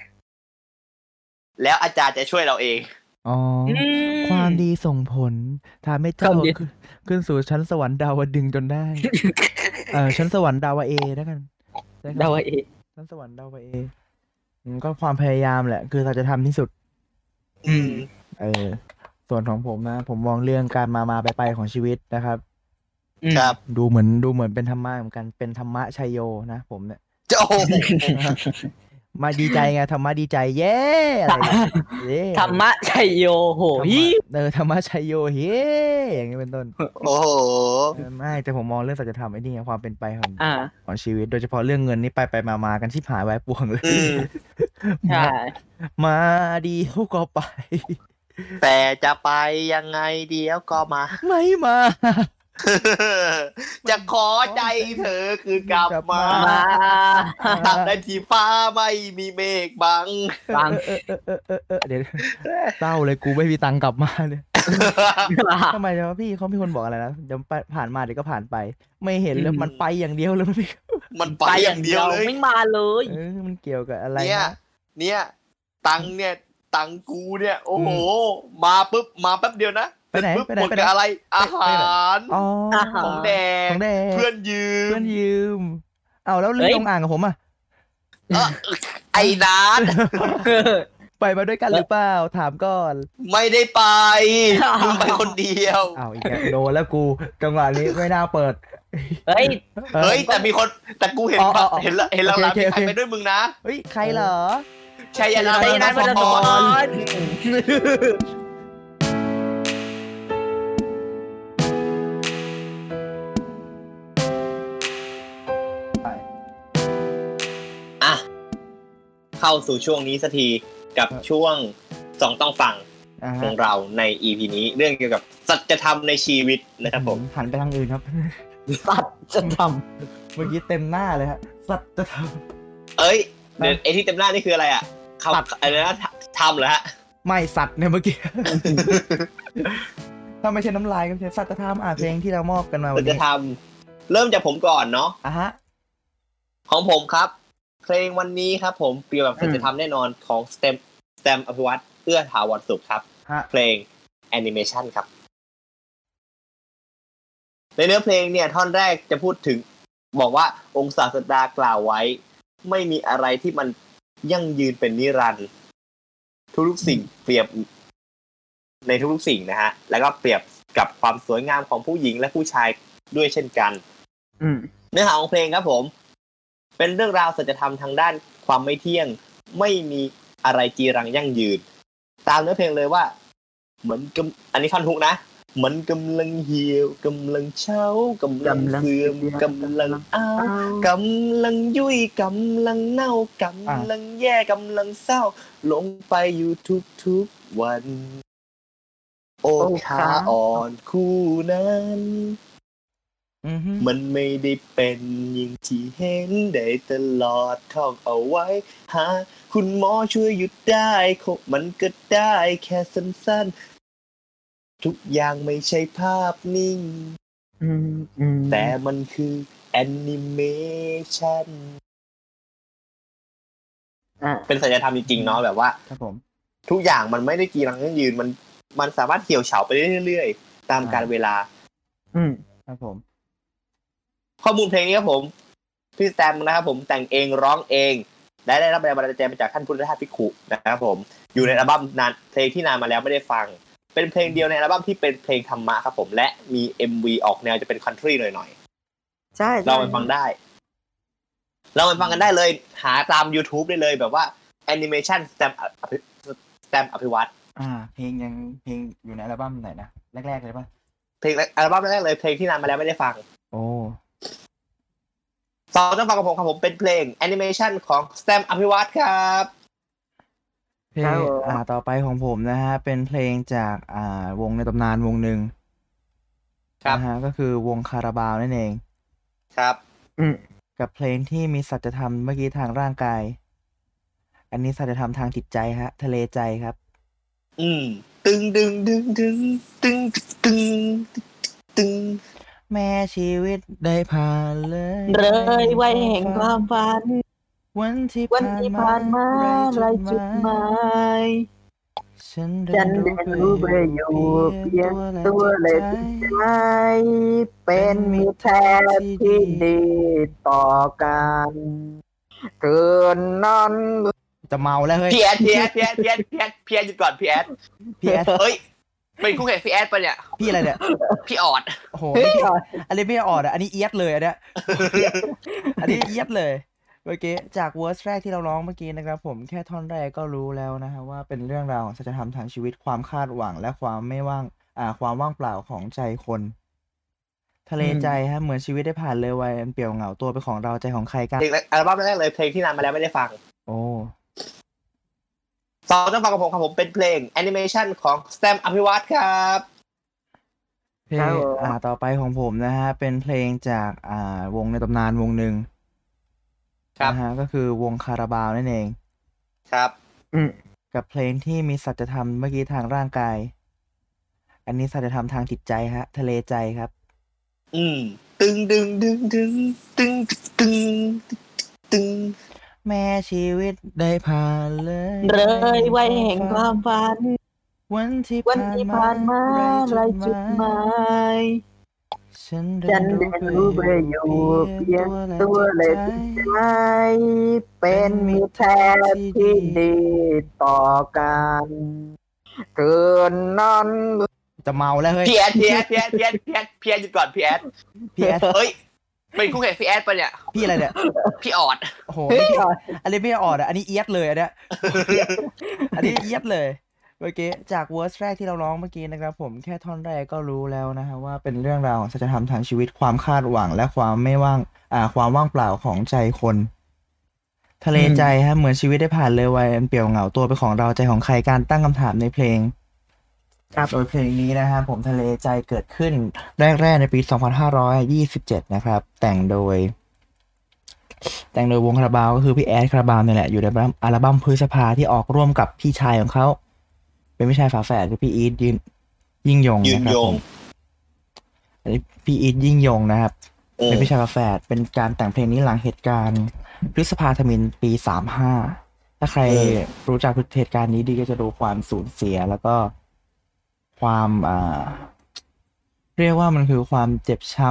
S3: แล้วอาจารย์จะช่วยเราเอง
S1: อ๋ออ
S2: อื
S1: ความดีส่งผลทำให้เจ้า
S2: ความดี
S1: ขึ้นขึ้นสู่ชั้นสวรรค์ดาวดึงจนได้ เออชั้นสวรรค์ดาวเอแล้วกันใช้คำ
S2: เดาเอาเอง
S1: ชั้นสวรรค์ดาวเออืมก็ความพยายามแหละ คือเราจะทำที่สุด
S3: อืม
S1: เออ ส่วนของผมนะ ผมมองเรื่องการมามาไปไปของชีวิตนะครับ
S2: อืม
S3: ครับ
S1: ดูเหมือนดูเหมือนเป็นธรรมะเหมือนกันเป็นธรรมะชัยโยนะผมเนี่ย
S3: เจ้าโอ้โห
S1: มาดีใจไงธรรมะดีใจเย้อะไรอย่างเงี้ยเย้
S2: ธรรมะชัยโยโห
S1: ธรรมะ
S2: ฮิ
S1: เออธรรมะชัยโยเฮ้อย่างนี้เป็นต้น
S3: โอ้โห
S1: เออไม่แต่ผมมองเรื่องสัจธรรมไอ้นี่ไงความเป็นไปของ
S2: อ่า
S1: ของชีวิต โดยเฉพาะเรื่องเงินนี่ไปไปมามากันที่หายไว้ป่วงเลย
S3: อืม
S2: ใช่
S1: มาดีเท่าก็ไป
S3: แต่จะไปยังไงเดี๋ยวก็มา
S1: (laughs) ไม่มา
S3: จะขอใจเธอคือกลับมา
S1: อ่
S2: มา
S3: ตราบใดที่ฟ้าไม่มีเมฆบัง
S2: ฟัง
S1: เออเออเออเออเออเดี๋ยวเศร้าเลยกูไม่มีตังค์กลับมาเลยทำไมเนี่ยพี่เขามีคนบอกอะไรนะเดี๋ยวไปผ่านมาเดี๋ยวก็ผ่านไป ไม่เห็นเลยมันไปอย่างเดียวเลยมัน (laughs) ไม่
S3: มันไปอย่างเดียวเลย
S2: ไม่มาเลย
S1: เออมันเกี่ยวกับอะไร
S3: เนี่ย
S1: นะ
S3: เนี่ย ตังค์เนี่ย ตังค์กูเนี่ย โอ้โห มาปุ๊บ มาแป๊บเดียวนะ
S1: ไปไหน
S3: เสร็จปุ๊บ
S1: ไปไหน
S3: หมด
S1: ไปไหน
S3: กับอะไร อาห
S1: ไปไหน
S3: าร
S1: อ๋อ
S2: อ๋อ
S3: ของแดง
S1: ของแดง
S3: เพื่อนยื
S1: เพื่อ
S3: ม
S1: นยืม เอาแล้วเรื่อ
S2: เฮ้
S1: ง
S2: ย
S1: ลงอ่างกับผมอ่ะ
S3: เอ้อไอ้นั
S1: (laughs)
S3: ท
S1: ไปมาด้วยกันหรือเปล่า ถามก่อน
S3: ไม่ได้
S1: (laughs)
S3: ไปมึงไปคนเดียว
S1: เอาอีกแล้วโดนแล้วกู จังหวะนี้ไม่น่าเปิด
S2: เฮ้ย
S1: ออ
S3: เฮ้ย แต่มีคนแต่กูเห็น
S1: อ๋ออ๋ออ๋อ
S3: เห็นละเห็นเรา
S1: โอ
S3: ลา
S1: เค
S3: มี
S1: โอ
S3: ใคร
S1: เค
S3: ไปด้วยมึงนะ
S1: เฮ้ย ใครเหรอ
S3: ชัยนา
S2: ชัยนันท์
S3: ท์วรรณ
S2: วรรณ
S3: พ
S2: พ
S3: ร
S2: ร
S3: อ่ะ เข้าสู่ช่วงนี้สักทีกับ
S1: ครับ
S3: ช่วงสองต้องฟัง
S1: อ่า
S3: ข
S1: ฮะ
S3: องเราใน EP นี้เรื่องเกี่ยวกับสัจธรรมในชีวิตนะครับผม
S1: หันไปทางอื่นครับ
S2: สัตว์จะท
S1: เมื่อกี้เต็มหน้าเลยฮะ สัตว์จะท
S3: เอ้ยเดี๋ยว
S1: ครับ
S3: ไอที่เต็มหน้านี่คืออะไรอ่ะค
S1: ตัด
S3: ำอะไรนะทำเหรอฮะ
S1: ำไม่สัตว์เนี่ยเมื่อกี้ (laughs) ถ้าไม่ใช่น้ำลายก็ไม่ใช่สัตว์จะทำอ่ะเพลงที่เรามอบกันมา
S3: สั
S1: วัน
S3: จ
S1: นี้
S3: ธรรม เริ่มจากผมก่อนเนาะ
S1: อ่ะฮะ
S3: ของผมครับ เพลงวันนี้ครับผมเปรียบแบบสัจธรรมแน่นอนของสเต็มสเต็มอภิวัตเอื้อถาวรสุขครับ
S1: ฮะ
S3: เพลงแอนิเมชันครับ ในเนื้อเพลงเนี่ย ท่อนแรกจะพูดถึง บอกว่าองค์ศาสดากล่าวไว้ ไม่มีอะไรที่มันยั่งยืนเป็นนิรันดร์ทุกๆสิ่งเปรียบในทุกๆสิ่งนะฮะ แล้วก็เปรียบกับความสวยงามของผู้หญิงและผู้ชายด้วยเช่นกัน
S2: ำอืม
S3: เนื้อหาของเพลงครับผม เป็นเรื่องราวสัจธรรมทางด้านความไม่เที่ยง ไม่มีอะไรจีรังยั่งยืน ตามเนื้อเพลงเลยว่า เหมือนกำอันนี้ท่อนฮุกนะ เหมือนกำลังเหี่ยวกำลังเช้ากำลัง
S2: กำลัง
S3: เสื่อมกำลังอ้าว กำลังยุ่ยกำลังเน่ากำลังแย่กำลังเศร้าหลงไปอยู่ทุกทุกๆวัน โอ้ขาอ่อนคู่นั้น
S1: อือฮึ
S3: มันไม่ได้เป็นอย่างที่เห็นได้ตลอดท่องเอาไว้หาคุณหมอช่วยหยุดได้คงมันก็ได้แค่สั้นๆ ทุกอย่างไม่ใช่ภาพนิ่ง
S2: อืมอืม
S3: แต่มันคือแอนิเมชัน
S2: อ่ะ
S3: เป็นสัญธรรมจริงๆเนาะแบบว่า
S1: ครับผม
S3: ทุกอย่างมันไม่ได้กีรังยั่งยืนมันมันสามารถเหี่ยวเฉาไปเรื่อยๆ ตามการเวลา
S2: อืม
S1: ครับผม
S3: ข้อมูลเพลงนี้ครับผม พี่สแตมนะครับผมแต่งเองร้องเอง และได้รับแรงบันดาลใจมาจากท่านพุทธทาสพิกขุนะครับผมอยู่ในอัลบั้มนานเพลงที่นานมาแล้วไม่ได้ฟัง เป็นเพลงเดียวในอัลบั้มที่เป็นเพลงธรรมะครับผมและมี MV ออกแนวจะเป็นคันทรีหน่อย
S2: ใช่
S3: ๆเราไปฟังได้เราไปฟังกันได้เลย หาตาม YouTube ได้เลยแบบว่าแอนิเมชันสแตมสแตมอภิวัต
S1: อ่า เพลงยังเพลงอยู่ในอัลบั้มไหนนะแรกๆเลยปะ
S3: เพลงอัลบั้มแรกๆเลยเพลงที่นานมาแล้วไม่ได้ฟัง
S1: โอ้
S3: สองต้องฟังกับผมครับผมเป็นเพลงแอนิเมชันของสแตมอภิวัตครับ
S1: เพลงอ่าต่อไปของผมนะฮะ เป็นเพลงจากอ่าวงในตำนานวงหนึ่ง
S3: ครับ
S1: นะฮะก็คือวงคาราบาวนั่นเอง
S3: ครับ
S1: กับเพลงที่มีสัจธรรมเมื่อกี้ทางร่างกาย อันนี้สัจธรรมทางจิตใจฮะ ทะเลใจครับ
S3: อืม ตึงดึงดึงดึงตึงตึงตึง
S1: แม้ชีวิตได้ผ่านเลย
S4: เลยไว้แห่งความฝัน
S1: วันที่
S4: วันที่ผ่านมาไรจุดหมาย
S1: ฉัน
S4: ฉั
S1: เรีย
S4: น
S1: น
S4: เรียนรู้
S1: รู้
S4: ไป
S1: ไป
S4: อ
S1: อยู่ยู่
S4: เพี
S1: เพี
S4: ย
S1: ย
S4: ง
S1: ง
S4: ตั
S1: ตัว
S4: เล
S1: วเลย ย
S4: ใจเป็นมิตรแท้ที่ดีต่อกันเกินนั้น
S1: จะเมาแล้วเฮ้ย
S3: พี่แอดพี่แอดพี่แอดพี่แอดพี่แอดพี่แอดหยุดก่อนพี่แอด
S1: พี่แอด
S3: เฮ้ยเป็นคู่แข่งพี่แอดปะเนี่ย
S1: พี่อะไรเนี่ย
S3: พี่ออด
S1: โอ้โหนี่พี่อันนี้พี่ออดอ่ะอันนี้เอียดเลยอันเนี้ย (laughs) อันนี้เอียดเลยเมื่อกี้จากเวอร์สแรกที่เราร้องเมื่อกี้นะครับ ผมแค่ท่อนแรกก็รู้แล้วนะฮะว่าเป็นเรื่องราวของสัจธรรมทางชีวิตความคาดหวังและความไม่ว่างอ่า ความว่างเปล่าของใจคน ทะเลใจฮะเหมือนชีวิตได้ผ่านเลยวัยอันเปลี่ยวเหงาตัวเป็นของเราใจของใครกัน
S3: เพลงแรกอัลบั้มแรกเลยเพลงที่นำมาแล้วไม่ได้ฟัง
S1: โอ้
S3: เราต้องฟังกับผมครับผมเป็นเพลงแอนิเมชันของส t ตมอภิวัตรครับ
S1: เพลงอ่าต่อไปของผมนะฮะเป็นเพลงจากอ่าวงในตำนานวงหนึ่ง
S3: ครับ
S1: นะฮะก็คือวงคาราบาวนั่นเอง
S3: ครับ
S1: กับเพลงที่มีสัจธรรมเมื่อกี้ทางร่างกาย อันนี้สัจธรรมทางจิตใจฮะ ทะเลใจครับ
S3: อืม ตึงดึงดึงดึงตึงตึงตึง
S1: แม่ชีวิตได้ผ่านเลย
S4: เลยไว้แห่งความฝัน
S1: วันที่
S4: วันที่ผ่านมาไรจุดหมาย
S1: ฉัน
S4: ฉันเรียนรู้ไปอยู่เพียงตัวเลยใจเป็นมิตรแท้ที่ดีต่อกันเกินนั้น
S1: จะเมาแล้วเฮ้ย
S3: พี่แอดพี่แอดพี่แอดพี่แอดพี่แอดพี่แอดหยุดก่อนพี่แอด
S1: พี่แอด
S3: เฮ้ยเป็นคู่แข่งพี่แอดปะเนี่ย
S1: พี่อะไรเนี่ย
S3: พี่ออด
S1: โอ้โหนี่พี่ออดอันนี้พี่ออดอ่ะอันนี้เอียดเลยอันเนี้ย (laughs) อันนี้เยียดเลยเมื่อกี้จากเวอร์สแรกที่เราร้องเมื่อกี้นะครับผมแค่ท่อนแรกก็รู้แล้วนะฮะว่าเป็นเรื่องราวของสัจธรรมทางชีวิตความคาดหวังและความไม่ว่างอ่าความว่างเปล่าของใจคน ทะเลใจฮะเหมือนชีวิตได้ผ่านเลยวัยอันเปลี่ยวเหงาตัวเป็นของเราใจของใครการตั้งคำถามในเพลงครับโดยเพลงนี้นะฮะผมทะเลใจเกิดขึ้นแรกๆในปี 2527 นะครับ แต่งโดย แต่งโดยวงคาราบาวก็คือพี่แอดคาราบาวเนี่ยแหละ อยู่ในอัลบั้มอัลบั้มพฤษภาที่ออกร่วมกับพี่ชายของเขา เป็นพี่ชายฝาแฝดคือพี่อีทยินยิ่งยงนะครับผมอันนี้พี่อีทยิ่งยงนะครับ
S3: เออ
S1: เป็นพี่ชายฝาแฝดเป็นการแต่งเพลงนี้หลังเหตุการณ์ พฤษภาธมินปีสามห้า ถ้าใครรู้จักเหตุการณ์นี้ดีก็จะรู้ความสูญเสียแล้วก็ความอ่าเรียกว่ามันคือความเจ็บช้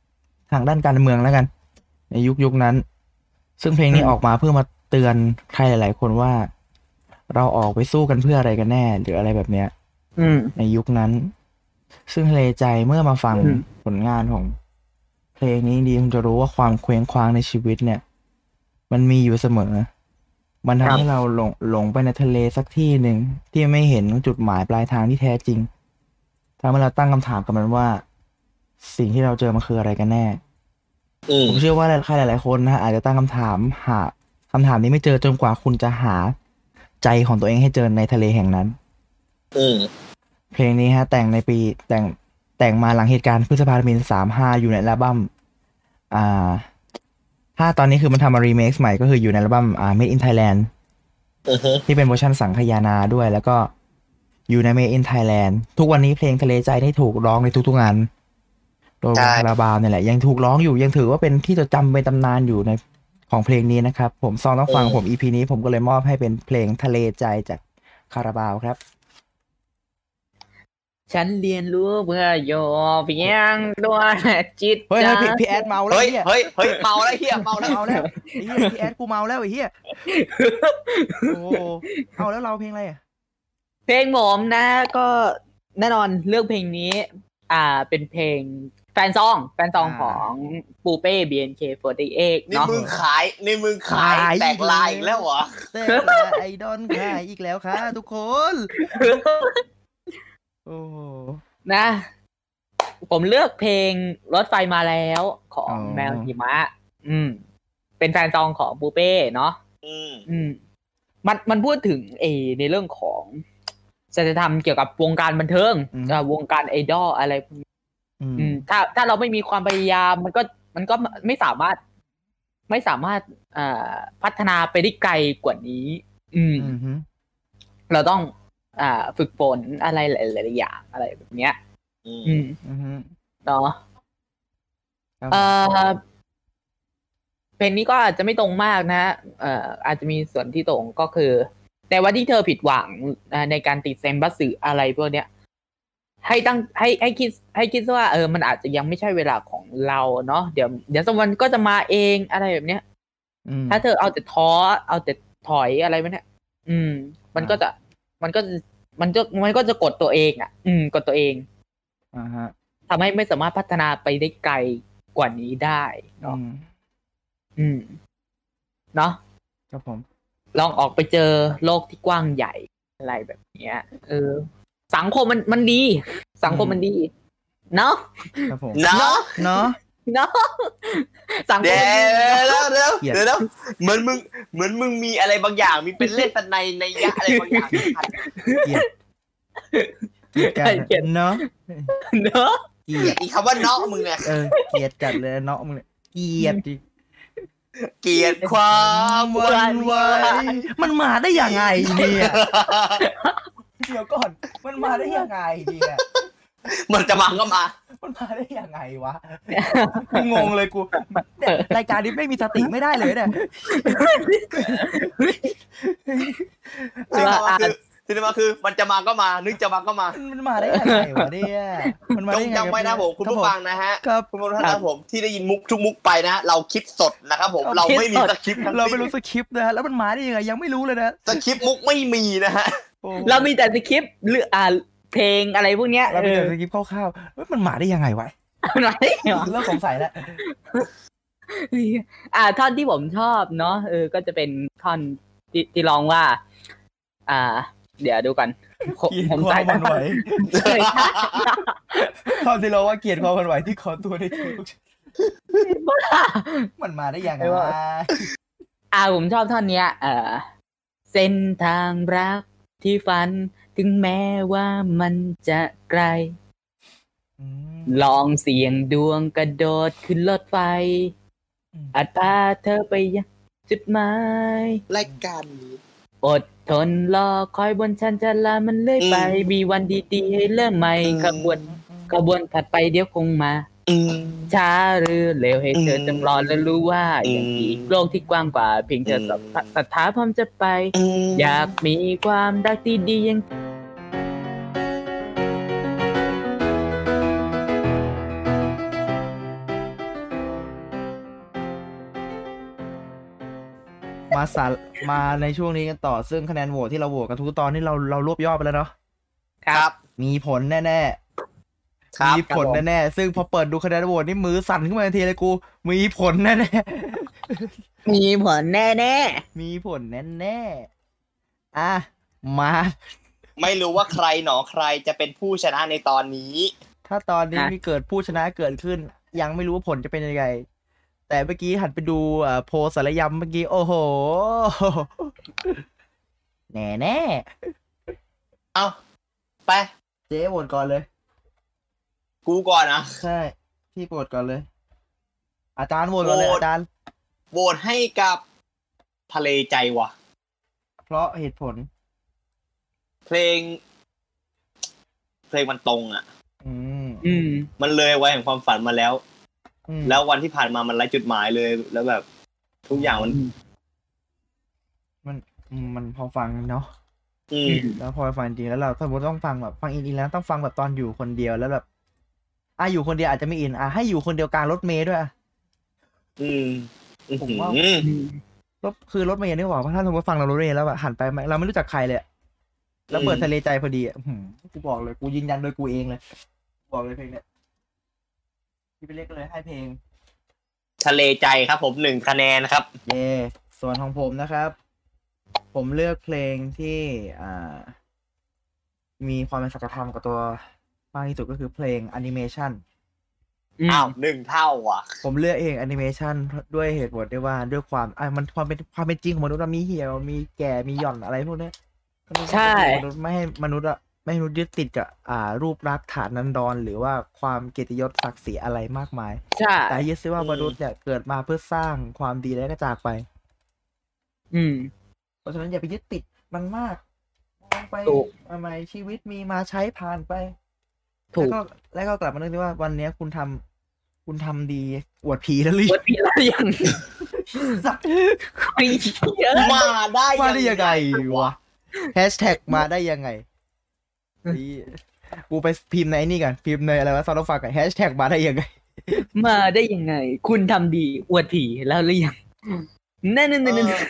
S1: ำทางด้านการเมืองแล้วกัน ในยุคยุคนั้น ซึ่งเพลงนี้ออกมาเพื่อมาเตือนใครหลาย ๆ คนว่า เราออกไปสู้กันเพื่ออะไรกันแน่ หรืออะไรแบบเนี้ย
S4: อืม
S1: ในยุคนั้น ซึ่งทะเลใจเมื่อมาฟัง
S4: อืม
S1: ผลงานของ เพลงนี้ดีคุณจะรู้ว่าความเคว้งคว้างในชีวิตเนี่ย มันมีอยู่เสมอ มันทำให้เราหลงหลงไปในทะเลสักที่หนึ่งที่ไม่เห็นจุดหมายปลายทางที่แท้จริงทำให้เราตั้งคำถามกับมันว่า สิ่งที่เราเจอมันคืออะไรกันแน่
S3: อืม
S1: ผมเชื่อว่าใครหลาย ๆ คนนะฮะอาจจะตั้งคำถามหาคำถามนี้ไม่เจอจนกว่าคุณจะหาใจของตัวเองให้เจอในทะเลแห่งนั้น
S3: อืม
S1: เพลงนี้ฮะ แต่งในปีแต่งแต่งมาหลังเหตุการณ์พฤษภาธมินสามห้าอยู่ในอัลบั้มอ่า ถ้าตอนนี้คือมันทำมารีเมคใหม่ก็คืออยู่ในอัลบั้มอ่า Made in Thailand
S3: อือฮึ
S1: ที่เป็นเวอร์ชันสังขยานาด้วย แล้วก็อยู่ใน Made in Thailand ทุกวันนี้เพลงทะเลใจได้ถูกร้องในทุกๆงานโดยวงคาราบาวเนี่ยแหละ ยังถูกร้องอยู่ยังถือว่าเป็นที่จดจำเป็นตำนานอยู่ในของเพลงนี้นะครับ ผมซองต้องฟังผม EP นี้ผมก็เลยมอบให้เป็นเพลงทะเลใจจากคาราบาวครับ
S2: ฉันเรียนรู้เพื่อโยเพียงด้วยจิต
S1: เฮ้ย
S2: ใจ
S1: เฮ้ยพี่พี่แอดเมาแล้ว
S3: เฮ้ยเฮ้ย
S1: ไอ้เฮีย
S3: เฮ้ยเมาแล้วเฮียเมาแล้ว
S1: เมาแล้วไอ้เฮียพี่แอดกูเมาแล้วไอ้เฮียโอ้โหเอาแล้วเราเพลงอะไรอ่ะ
S2: เพลงผมนะก็แน่นอนเลือกเพลงนี้ อ่าเป็นเพลงแฟนซอง แฟนซองของปูเป้ BNK48
S3: นี่
S2: เนาะ
S3: มึงขายนี่มึงขายแตกลายอีกแล้วเหรอ
S1: เต้ไอดอนค่ะอีกแล้วค่ะทุกคน โอ้โห
S2: นะ ผมเลือกเพลงรถไฟมาแล้วของ
S1: อ๋อ
S2: แมวหิมะ อืม เป็นแฟนซองของปูเป้เนาะ
S3: อืม
S2: อืม มันมันพูดถึงเออในเรื่องของจะจะทำเกี่ยวกับวงการบันเทิง
S1: อืม
S2: อ่าวงการไอดอลอะไรพวกนี้
S1: อืม
S2: อืม ถ้าถ้าเราไม่มีความพยายามมันก็มันก็ไม่สามารถ ไม่สามารถอ่าพัฒนาไปได้ไกลกว่านี้ อืม
S1: อืมฮึ
S2: เราต้องอ่าฝึกฝนอะไรหลายๆอย่างอะไรแบบเนี้ย
S3: อืม
S2: อืม
S1: อืมฮึ
S2: เนาะ
S1: ครับ
S2: เอ่อเพลงนี้ก็อาจจะไม่ตรงมากนะฮะเอ่ออาจจะมีส่วนที่ตรงก็คือ แต่ว่าที่เธอผิดหวังอ่าในการติดเซมบัสสืออะไรพวกเนี้ย ให้ตั้งให้ให้คิด ให้คิดซะว่าเออมันอาจจะยังไม่ใช่เวลาของเราเนาะเดี๋ยวเดี๋ยวสักวันก็จะมาเองอะไรแบบเนี้ย
S1: อืม
S2: ถ้าเธอเอาแต่ท้อเอาแต่ถอยอะไรไม่เนี่ยอืม มัน
S1: อ่า
S2: ก็จะ มันก็จะมันจะมันก็จะกดตัวเองอ่ะ อืม กดตัวเอง
S1: อ่าฮะ
S2: ทำให้ไม่สามารถพัฒนาไปได้ไกลกว่านี้ได้เนาะ
S1: อืม
S2: อืม เนาะ
S1: ครับผม
S2: ลองออกไปเจอโลกที่กว้างใหญ่อะไรแบบเนี้ย เออ สังคมมันมันดี สังคม
S1: อืม
S2: มันดี เนาะ
S1: ครับผม
S3: เนาะ
S1: เนาะ
S2: เนาะสังคม
S3: เดี๋
S2: มันดี
S3: ยวเดี๋ยว
S1: เกลียด
S3: เดี๋ยวเดี๋ยวเหมือนมึงเหมือนมึงมีอะไรบางอย่าง มีเป็นเล่นสนในในยะอะไรบางอย่าง
S1: เกลียดเกลียดกันเนาะ
S2: เนาะ
S1: เกลียด
S3: อีกคำว่าเนาะมึงเนี่ย
S1: เออเกลียดจัดเลยเนาะมึงเนี่ยเกลียดดิ
S3: เกลียดความหวันไหว
S1: มันมาได้ยังไงเนี่ยเดี๋ยวก่อนมันมาได้ยังไงเนี่ย
S3: มันจะมาก็มา
S1: มันมาได้ยังไงวะกูงงเลยกูเนี่ยรายการนี้ไม่มีสติไม่ได้เลยเนี่ย
S3: ซีนีมาคือซีนีมาคือมันจะมาก็มา นึกจะมาก็มา
S1: มันมาได้ยังไงวะเนี่ยมันมา
S3: จ
S1: ได้
S3: ง
S1: ยังไง
S3: จำไว้นะผมคุณผู้ฟังนะฮะ
S1: ครับ
S3: คุณผู้ฟังนะผมที่ได้ยินมุกทุกมุกไปนะเราคิดสดนะครับผมเราไม่มีสคริปต์
S1: เราไม่รู้สคริปต์นะฮะแล้วมันมาได้ยังไงยังไม่รู้เลยนะ
S3: สคริปต์มุกไม่มีนะฮะ
S1: โอ้
S2: เรามีแต่สคริปต์หรืออ่าเพลงอะไรพวกเนี้ย
S1: เรา
S2: เอ
S1: เป็น
S2: อ
S1: สคริปต์คร่าวๆเฮ้ยมันมาได้ยังไงวะ
S2: อะไรเหรอ
S1: เริ่มสงสัยแล้ว
S2: อ่าท่อนที่ผมชอบเนาะเออก็จะเป็นท่อนที่ที่ร้องว่า อ่า เดี๋ยวดูกันผม
S1: เกลียด
S2: ผม
S1: ควา
S2: ใส่
S1: มมันไหว
S2: ใช่ใช่
S1: ตอนที่เราว่าเกลียดความมันไหวที่ขอตัวได้ทุกมันมาได้ยังไงวะ
S2: อ่าผมชอบท่อนเนี้ย เออเส้นทางรักที่ฝัน ถึงแม้ว่ามันจะไกล
S1: อืม
S2: ลองเสี่ยงดวงกระโดดขึ้นรถไฟ
S1: อืม
S2: อาจพาเธอไปยังจุดหมาย
S3: รายการนี้
S2: อดทนรอคอยบนชันชาลามันเลื่อยไป
S3: อืม
S2: มีวันดีๆให้เริ่มใหม่
S3: อืม
S2: ขบวนขบวนถัดไปเดี๋ยวคงมา
S3: อืม
S2: ช้าหรือเร็วให้เธอ
S3: อืม
S2: จงรอและรู้ว่า
S3: อืม
S2: อย่างอีกโลกที่กว้างกว่า เพียงเธอ
S3: ม
S2: อศรัทธาศรัทธาพร้อมจะไป อยากมีความรักที่ดียัง
S1: มาสารมาในช่วงนี้กันต่อซึ่งคะแนนโหวตที่เราโหวตกันทุกตอนนี่เราเรารวบยอดไปแล้วเนาะ
S3: ครับ
S1: มีผลแน่ๆ
S3: ครับ
S1: มีผลแน่ๆ ซึ่งพอเปิดดูคะแนนโหวตนี่มือสั่นขึ้นมาทันทีเลยกู มีผลแน่
S2: มีผลแน่
S1: ๆ มีผลแน่ๆ อ่ะ มา
S3: ไม่รู้ว่าใครหนอใครจะเป็นผู้ชนะในตอนนี้
S1: ถ้าตอนนี้มีเกิดผู้ชนะเกิดขึ้น ยังไม่รู้ว่าผลจะเป็นยังไง แต่เมื่อกี้หันไปดูเอ่อโพลสารยำเมื่อกี้ โอ้โห (laughs) แน่แน่
S3: เอ้าไป
S1: ๆเจ๊โหวตก่อนเลย
S3: กูก่อนนะ
S1: ใช่ พี่โหวตก่อนเลย อาจารย์โหวตก่อนเลย
S3: โหวต
S1: อาจารย์
S3: โหวตให้กับทะเลใจว่ะ
S1: เพราะเหตุผล
S3: เพลง เพลงมันตรงอ่ะ
S1: อืม
S2: ๆอืม
S3: มันเลยไว้แห่งความฝันมาแล้ว
S1: อืม
S3: แล้ววันที่ผ่านมามันไร้จุดหมายเลย แล้วแบบ ทุกอย่างมัน
S1: อืมมันพอฟังเนาะ
S3: อืม
S1: แล้วพอฟังจริงแล้วเราสมมติต้องฟังแบบฟังอินอินแล้วต้องฟังแบบตอนอยู่คนเดียวแล้วแบบอ่ะอยู่คนเดียวอาจจะไม่อินอ่ะให้อยู่คนเดียวกลางรถเมย์ด้วยอ่ะ
S3: อืม
S1: ผมว่า
S3: อืม
S1: รถคือรถเมย์นี่หว่าเพราะถ้าสมมติฟังเรารถเมย์แล้วแบบหันไปไม่เราไม่รู้จักใครเลยอะแล้วเปิดทะเลใจพอดีอ่ะอื้อหือกูบอกเลยกูยืนยันโดยกูเองเลยบอกเลยเพลงเนี้ยพี่ไปเล็กก็เลยให้เพลง
S3: ทะเลใจครับผมหนึ่งคะแนนครับ
S1: เย่ส่วนของผมนะครับ ผมเลือกเพลงที่อ่า มีความเป็นสัจธรรมกับตัวมากที่สุดก็คือเพลงแอนิเมชัน
S3: อ้าวหนึ่งเท่าอ่ะ
S1: ผมเลือกเองแอนิเมชันด้วยเหตุผลได้ว่าด้วยความอ่ะมันความเป็นความเป็นจริงของมนุษย์อะมีเหี่ยวมีแก่มีหย่อนอะไรพวกเนี้ย
S2: ใช่
S1: มนุษย์ไม่ให้มนุษย์อะไม่ให้มนุษย์ยึดติดกับอ่า รูปลักษณ์ฐานนันดร หรือว่าความเกียรติยศศักดิ์ศรีอะไรมากมาย
S2: ใช่
S1: แต่ยึดซิว่า
S3: อืม
S1: มนุษย์เนี่ยเกิดมาเพื่อสร้างความดีแล้วก็จากไป
S2: อืม
S1: เพราะฉะนั้นอย่าไปยึดติดมันมากมองไป
S2: ถูก
S1: ทำไมชีวิตมีมาใช้ผ่านไป
S2: ถูก
S1: แล้วก็แล้วก็กลับมานึกที่ว่าวันเนี้ยคุณทำ คุณทำดี อวดผีแล้วหรือ
S2: วันนี้เรายัง
S1: (laughs) สัตว์
S2: ไอ้เหี้ย
S3: มาได้
S1: มาได้ยังไงวะแฮชแท็กมาได้ยังไงนี่กูไปพิมพ์ในไอ้นี่กันพิมพ์ในอะไรวะซอฟต์ฟังกันแฮชแท็กมาได้ยังไง
S2: มาได้ยังไง คุณทำดีอวดผีแล้วหรือยังนั่นนั่น
S3: เอ
S2: นั่น
S3: อ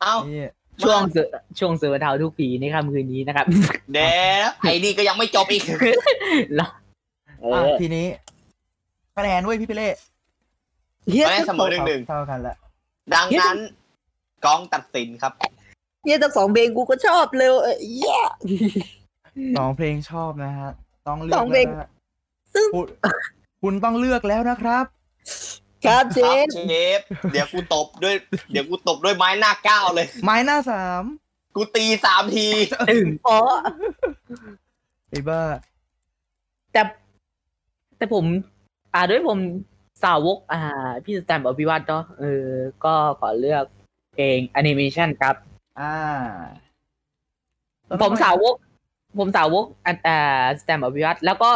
S3: เอ้า
S1: นี่
S2: ช่วงเสือช่วงเสือเทาทุกผีในค่ำคืนนี้นะครับ
S3: เดี๋ยวไอ้นี่ก็ยังไม่จบอีก
S2: แล้ว
S3: เอ
S1: อ่ะ
S3: อ
S1: ทีนี้คะแนนเว้ยพี่ปิเล่
S2: เฮีย
S3: ไม่เสมอหนึ่งหนึ่ง
S1: เท่ากันละ
S3: ดังนั้นกองตัดสินครับ
S2: เฮียทั้งสองเพลงกูก็ชอบเลยเอ้ยเหี้ย
S1: สองเพลงชอบนะฮะ ต้องเลือก
S2: สองเพลง
S1: แล้วนะฮะ
S2: ซึ่ง
S1: คุณคุณต้องเลือกแล้วนะครับ
S2: ครับเช
S3: ครับ
S2: น
S3: เชฟเดี๋ยวกูตบด้วย เดี๋ยวกูตบด้วยไม้หน้าเก้าวเลย
S1: ไม้หน้าสาม
S3: กูตีสามที
S2: ถึงอ๋อ
S1: ไอ้บ้า
S2: แต่แต่ผม อ่าด้วยผมสาวก อ่า พี่สแตมป์อภิวัตรเนาะเออ ก็ขอเลือกเพลงแอนิเมชันครับ
S1: อ่า
S2: ผมสาวก ผมสาวกอันอ่าสแตมป์อภิวัตรแล้วก็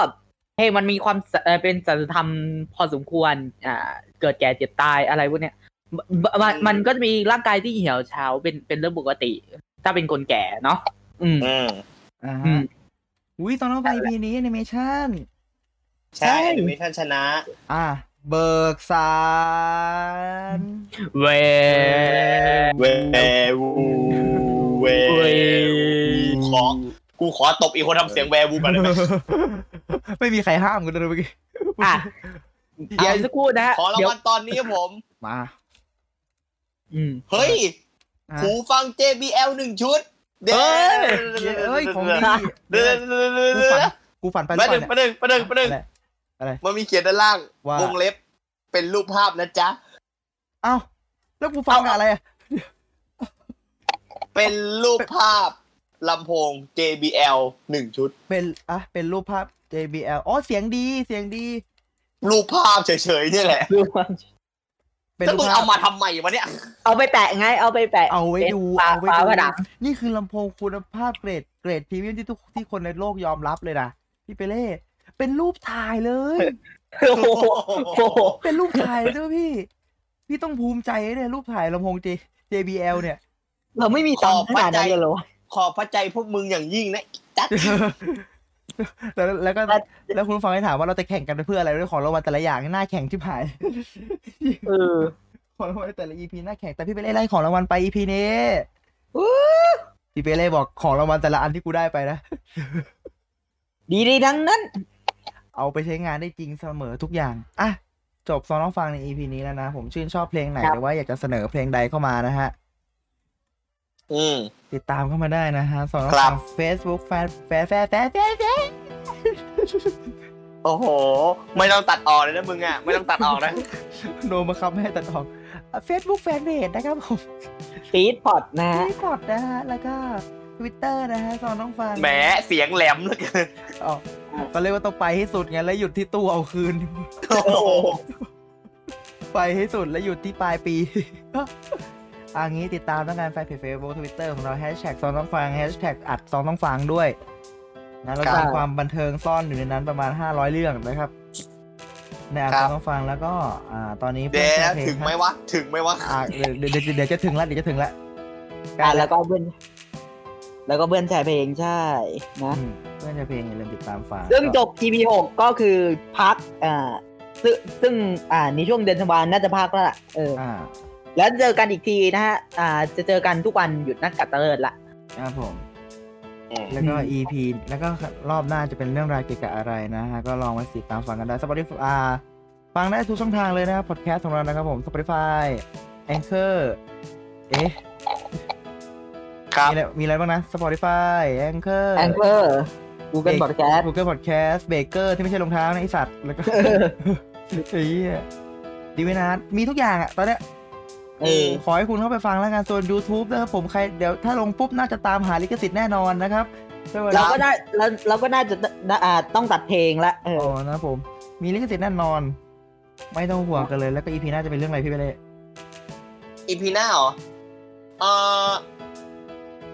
S2: เพลงมันมีความสเอ่อเป็นสัจธรรมพอสมควร อ่า เกิดแก่เจ็บตายอะไรพวกเนี้ยมมันมันก็จะมีร่างกายที่เหี่ยวเฉาเป็นเป็นเรื่องปกติ ถ้าเป็นคนแก่เนาะอืม
S3: อืม
S1: อ่า
S2: อื
S1: ฮะ
S2: ม
S1: อุ้ยตอนน้องไปพีนี้แอนิเมชัน
S3: ใช่แอนิเมชันชนะ
S1: อ่า เบิกสาร
S2: เว
S3: เววูเววูขอ กูขอตบอีกคนทำเสียงแววูกันได้ไหม
S1: ไม่มีใครห้ามกันเลยเมื่อกี้
S2: อ่ะ
S1: เดี๋ยว
S2: เอาสักครู่นะ
S3: ขอราง
S2: เดี๋ยว
S3: วัลตอนนี้ครับผม
S1: มา
S2: อืม
S3: เฮ้ย
S1: อ่ะ
S3: หูฟัง JBL หนึ่งชุด เด้
S2: เอ้ย
S1: เอ้ยของดี
S3: เด้อเด้อเด้อ
S1: กู
S3: เด้อ
S1: ฝันกูฝันไป
S3: ประ
S1: ก่อ
S3: เด็น
S1: นเนี่ย
S3: ประเด็นประเด็นประเด็น
S1: อะไรอะไร
S3: มันมีเขียนด้านล่าง
S1: ว่า
S3: วงเล็บ เป็นรูปภาพนะจ๊ะ
S1: เอ้าแล้วกูฟังกับอะไรอ่ะ
S3: เป็นรูปภาพ (laughs) ลำโพง JBL หนึ่งชุด
S1: เป็นอ่ะเป็นรูปภาพ JBL อ๋อเสียงดีเสียงดี
S3: รูปภาพเฉยๆเนี่ยแหละ
S2: ดูมัน
S1: เป็น
S3: ถ้า
S1: รูป
S3: มึง
S1: ภา
S3: เอา
S1: พ
S3: มาทำใหม่วะเนี่ย
S2: เอาไปแปะไง เอาไปแปะ
S1: เอาไว้ดู
S2: ฝา
S1: เอาไว้
S2: ฝา
S1: ดู
S2: ผนัง
S1: นี่คือลำโพงคุณภาพเกรดเกรดพรีเมียมที่ทุกที่คนในโลกยอมรับเลยนะพี่เปเล่เป็นรูปถ่ายเลย
S2: โอ้โหโอ้โห
S1: เป็นรูปถ่ายเลยด้วยพี่ พี่ต้องภูมิใจเนี่ยรูปถ่ายลำโพง J JBL เนี่ย
S2: เราไม่มีตังค์ขนาดนั้นเลยเหรอวะ
S3: ขอบพระใจพวกมึงอย่างยิ่งนะอีตั๊ด
S1: (laughs) แล้วแล้วก็
S2: แล้ว
S1: แล้วคุณผู้ฟังให้ถามว่าเราจะแข่งกันไปเพื่ออะไรด้วยของรางวัลแต่ละอย่าง (laughs) น่าแข่งที่ผ่าน
S2: เออ
S1: ของรางวัลแต่ละ EP น่าแข่งแต่พี่เปเล่ไล่ของรางวัลไป EP นี้
S2: อู้
S1: พี่เปเล่บอกของรางวัลแต่ละอันที่กูได้ไปนะ
S2: ดีดีทั้งนั้น
S1: เอาไปใช้งานได้จริงเสมอทุกอย่าง อ่ะ จบซองน้องฟังใน EP นี้แล้วนะ ผมชื่นชอบเพลงไหน
S2: ครับ
S1: หรือว่าอยากจะเสนอเพลงใดเข้ามานะฮะ
S3: อืม
S1: ติดตามเข้ามาได้นะฮะซองน้อง
S3: ครั
S1: ฟั
S3: บ
S1: ง Facebook แฟนแฟนแฟนแฟนแฟนแฟน
S3: โอ้โห ไม่ต้องตัดออกเลยนะมึงอ่ะ ไม่ต้องตัดออกนะ
S1: โนมาครับไม่ให้ตัดออก Facebook แฟนเพจนะครับผม
S2: ฟีดพอดนะฮะ
S1: ที่กดนะฮะ แล้วก็ Twitter นะฮะซองน้องฟัง
S3: แหมเสียงแหลมเหลือเกิน
S1: อ๋อตอนเรียกว่าต้องไปให้สุดไงแล้วหยุดที่ตู้เอาคืน (laughs)
S3: โอ้โห
S1: ไปให้สุดและหยุดที่ปลายปี (laughs) อันนี้ติดตามทั้งงานแฟนเพจ Facebook Twitter ของเราแฮชแท็กซองต้องฟังแฮชแท็กอัดซองต้องฟังด้วยนะเราจะมีความบันเทิงซ่อนอยู่ในนั้นประมาณ 500 เรื่องนะครับ ในอัดซองต้องฟังแล้วก็อ่าตอนนี้
S3: เดี๋
S1: เพิ่งแค่
S3: ยว
S1: เพล
S3: ถึงไหม
S1: ให้
S3: วะ ถึงไหมวะ
S1: อ่าเดี๋ยวเดี๋ยวเดี๋ยวเดี๋ยวจะถึงแล้วเดี๋ยวจะถึงแล้ว
S2: อ่ะแล้วก็เพื่อนแล้วก็เพื่อนแชร์เพลงใช่ นะ
S1: อืมเพื่อนจะเพลงอย่าลืมติดตามฟัง
S2: ซึ่งจบ EP 6ก็คือพักอ่าซึ่งซึ่งอ่าในช่วงเดือนธันวาคมน่าจะพักแล้วล่ะเออ
S1: อ่า
S2: แล้วเจอกันอีกทีนะฮะ อ่า จะเจอกันทุกวันหยุดนัดกัดตะเลิดละ
S1: ครับผม
S3: อืม
S1: แล้วก็ EP แล้วก็รอบหน้าจะเป็นเรื่องราวเกี่ยวกับอะไรนะฮะ ก็ลองมาติดตามฟังกันได้ Spotify ฟังได้ทุกช่องทางเลยนะครับพอดแคสต์ของเรานะครับผม Spotify Anchor เอ๊ะ
S3: ครับ
S1: มีอะไรมีอะไรบ้างนะ Spotify Anchor
S2: แองเกอร์ Google Podcast
S1: Google Podcast Baker ที่ไม่ใช่รองเท้านะไอสัตว์ แล้วก็ ไอ้เหี้ยดีเวนัสมีทุกอย่างอะตอนเนี้ย
S2: เออ
S1: ขอให้คุณเข้าไปฟังแล้วกันส่วน YouTube นะครับผมใครเดี๋ยวถ้าลงปุ๊บน่าจะตามหาลิขสิทธิ์แน่นอนนะครับด้วยวล
S2: เราก็ได้แล้วเราก็น่าจะได้อ่าต้องตัดเพลงละเออ
S1: อ๋อนะครับผม มีลิขสิทธิ์แน่นอน ไม่ต้องห่วงกันเลยแล้วก็อีพีหน้าจะเป็นเรื่องอะไรพี่ไปเลย
S3: อีพีหน้าเหรอ เอ่อ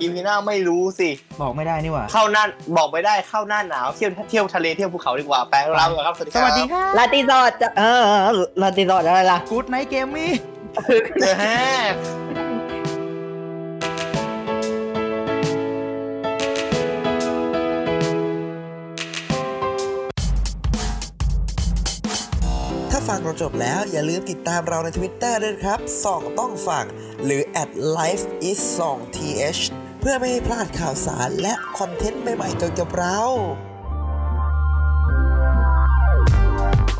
S3: อีวีน่าไม่รู้สิ
S1: บอกไม่ได้นี่หว่า
S3: เข้าหน้าบอกไม่ได้เข้าหน้าหนาวเที่ยวเที่ยวทะเลเที่ยวภูเขาดีกว่าแปลงเราครับสวัสดี
S1: ส
S3: ครับ
S1: วัสดีค่ะ
S4: ลาตินสอดจะเออลาตินสอดอะไรล่ะ
S1: กู๊ดไนท์เกมมี่
S3: เด้อ
S5: ถ้าฟังเราจบแล้วอย่าลืมติดตามเราใน Twitter ด้วยนะครับส่องต้องฟังหรือ at life is 2 th เพื่อไม่ให้พลาดข่าวสารและคอนเทนต์ใหม่ๆเกี่ยวกับเรา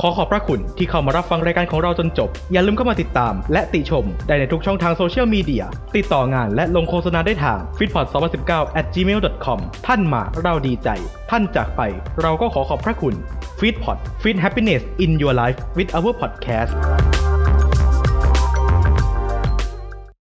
S6: ขอขอบพระคุณที่เข้ามารับฟังรายการของเราจนจบ อย่าลืมเข้ามาติดตาม และติชมได้ในทุกช่องทางโซเชียลมีเดีย ติดต่องานและลงโฆษณาได้ทาง f i t p o d 2 0 1 9 gmail.com ท่านมาเราดีใจ ท่านจากไป เราก็ขอขอบพระคุณ f i t p o d Fit Happiness in Your Life with our podcast